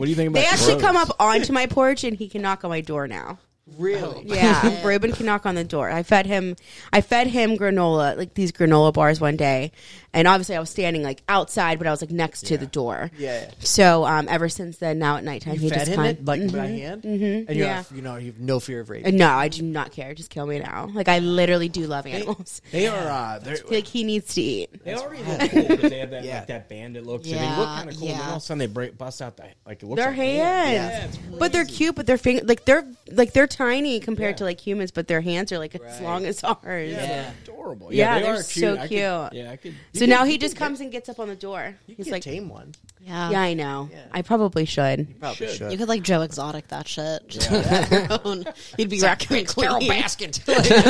you think about?
They actually
crows?
come up onto my porch, and he can knock on my door now.
Really?
[LAUGHS] Yeah, Reuben can knock on the door. I fed him. I fed him granola, like these granola bars, one day, and obviously I was standing like outside, but I was like next to the door.
Yeah.
So um, ever since then, now at nighttime,
You
he
fed
just Mm-hmm.
him
come-
it like by hand, and you have you know you have no fear of rape.
Uh, No, I do not care. Just kill me now. Like I literally do love animals. [LAUGHS]
They are. Uh, they're,
like he needs to eat.
they already look cool because they have that
Yeah.
like that bandit look. So
Yeah,
they look kind of cool. And then
yeah.
all of a sudden they break, bust out the like it looks
Their
like hands.
hands, but they're cute. But their finger, like they're like they're tiny compared to like humans, but their hands are like as long as ours.
Yeah, they're adorable.
Yeah,
they
they're
are
so
I could-
cute.
yeah, I
[LAUGHS]
could.
So now he just comes and gets up on the door.
You
He's
can
like,
tame one.
Yeah.
yeah, I know. I probably should.
Probably should.
You could like Joe Exotic that shit. Just your own. You'd be raccoon
[LAUGHS]
Carol
queen.
Baskin.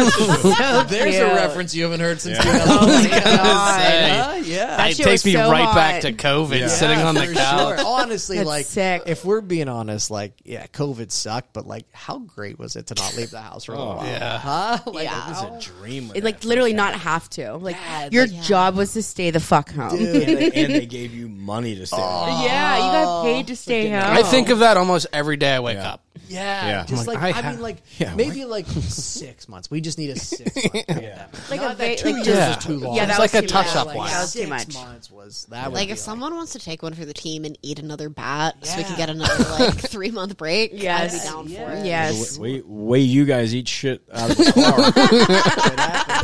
Like, there's
cute.
a reference you haven't heard since. [LAUGHS] 2000.
Say,
Uh, yeah.
that
shit
takes
was
me
so
right back
hot.
to COVID, sitting on the
for
couch.
sure. Honestly,
That's
like
sick.
if we're being honest, like yeah, COVID sucked, but like how great was it to not leave the house for a little while?
Yeah.
Huh? Like,
Yeah.
it was
It's a dream. when
It,
that
like
first
literally
happened.
not have to. Like
Yeah,
your
like-
job was to stay the fuck home.
Dude.
And they, and they gave you money to stay. there.
[LAUGHS] Yeah, you got paid to stay home.
I think of that almost every day I wake
Yeah.
up.
Yeah,
Yeah.
just
Like,
like,
I
I,
ha-
mean, like
Yeah,
maybe like six months. We just need a six. month.
Yeah.
like a
that
va-
two
like
years
just-
is too long.
Yeah,
It's
that
like
was
a
too much.
touch-up
Like,
one.
That was too
six
much.
months was that would
Like
be
if someone wants to take one for the team and eat another bat, so we
Yeah.
can get another like three month break. I'd
Yes.
be down for it.
Yes.
Way, way you guys eat shit out of the car.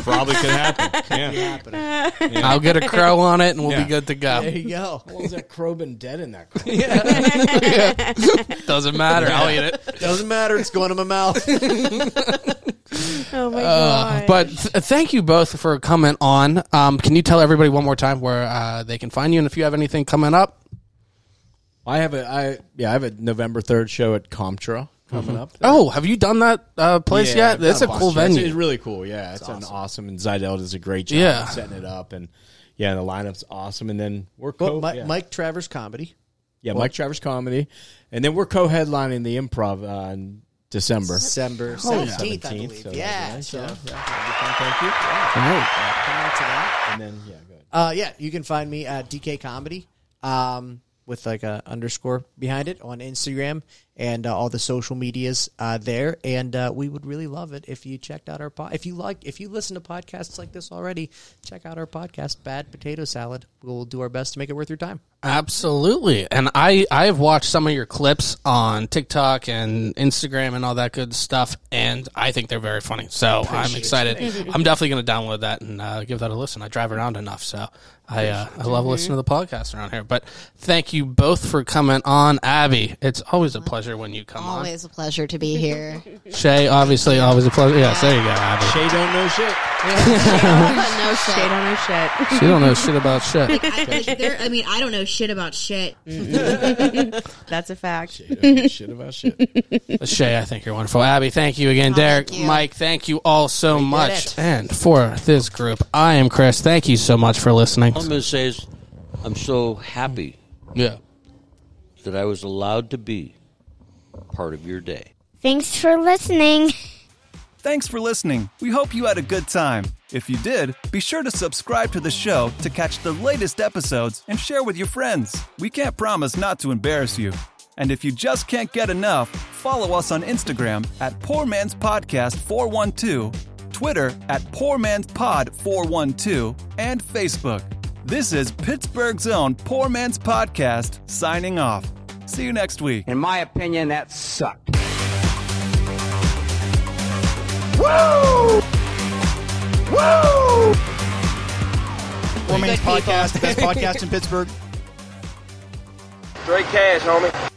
[LAUGHS]
Probably could happen. Yeah.
I'll get a crow on it and we'll
Yeah.
be good to go.
There you go.
What was that crow been dead in that car?
Doesn't matter. I'll eat it.
Doesn't matter. It's going to my mouth.
Oh my god.
But th- thank you both for coming on. Um, can you tell everybody one more time where uh, they can find you and if you have anything coming up?
I have a I yeah, I have a November third show at Comtra coming up.
Oh, have you done that uh, place yet? That's a cool
It's-
venue.
It's really cool. Yeah, it's, an awesome and Zidell does a great job
Yeah.
of setting it up and yeah, the lineup's awesome. And then we're co [LAUGHS]
Well, Mi-
yeah.
Mike Travers comedy.
yeah Mike Travers comedy, and then we're co-headlining the Improv uh, in December.
December
Oh, yeah.
seventeenth, I
17th,
believe.
so that'd be
yeah,
nice,
so uh,
yeah.
yeah, thank you.
All right.
Come out to that.
And then yeah, go ahead.
Uh, yeah, you can find me at DK Comedy um, with like a underscore behind it on Instagram and uh, all the social medias uh, there. And uh, we would really love it if you checked out our pod. If you like, if you listen to podcasts like this already, check out our podcast, Bad Potato Salad. We will do our best to make it worth your time.
Absolutely. And I, I have watched some of your clips on TikTok and Instagram and all that good stuff, and I think they're very funny. So I'm excited. I'm definitely going to download that and uh, give that a listen. I drive around enough, so I, uh, I love listening to the podcast around here. But thank you both for coming on. Abby, it's always a pleasure when you come
Always a pleasure to be here.
on. Shay, obviously, always a pleasure. Yes, there you go, Abby.
Shay don't know shit.
no
They
shit.
don't know shit.
She don't know shit about
[LAUGHS]
shit.
I, like, there- I mean, I don't know shit about shit.
That's a [LAUGHS] fact.
Shay don't know shit about shit.
Uh, Shay, I think you're wonderful. Abby, thank you again. Derek,
Oh, thank you.
Mike, thank you all so much. And for this group, I am Chris. Thank you so much for listening.
I'm going to say is, I'm so happy
Yeah.
that I was allowed to be part of your day.
Thanks for listening.
Thanks for listening. We hope you had a good time. If you did, be sure to subscribe to the show to catch the latest episodes and share with your friends. We can't promise not to embarrass you. And if you just can't get enough, follow us on Instagram at Poor Man's Podcast 412, Twitter at Poor Man's Pod 412, and Facebook. This is Pittsburgh's own Poor Man's Podcast signing off. See you next week.
In my opinion, that sucked.
Woman's podcast, best podcast in Pittsburgh.
Straight cash, homie.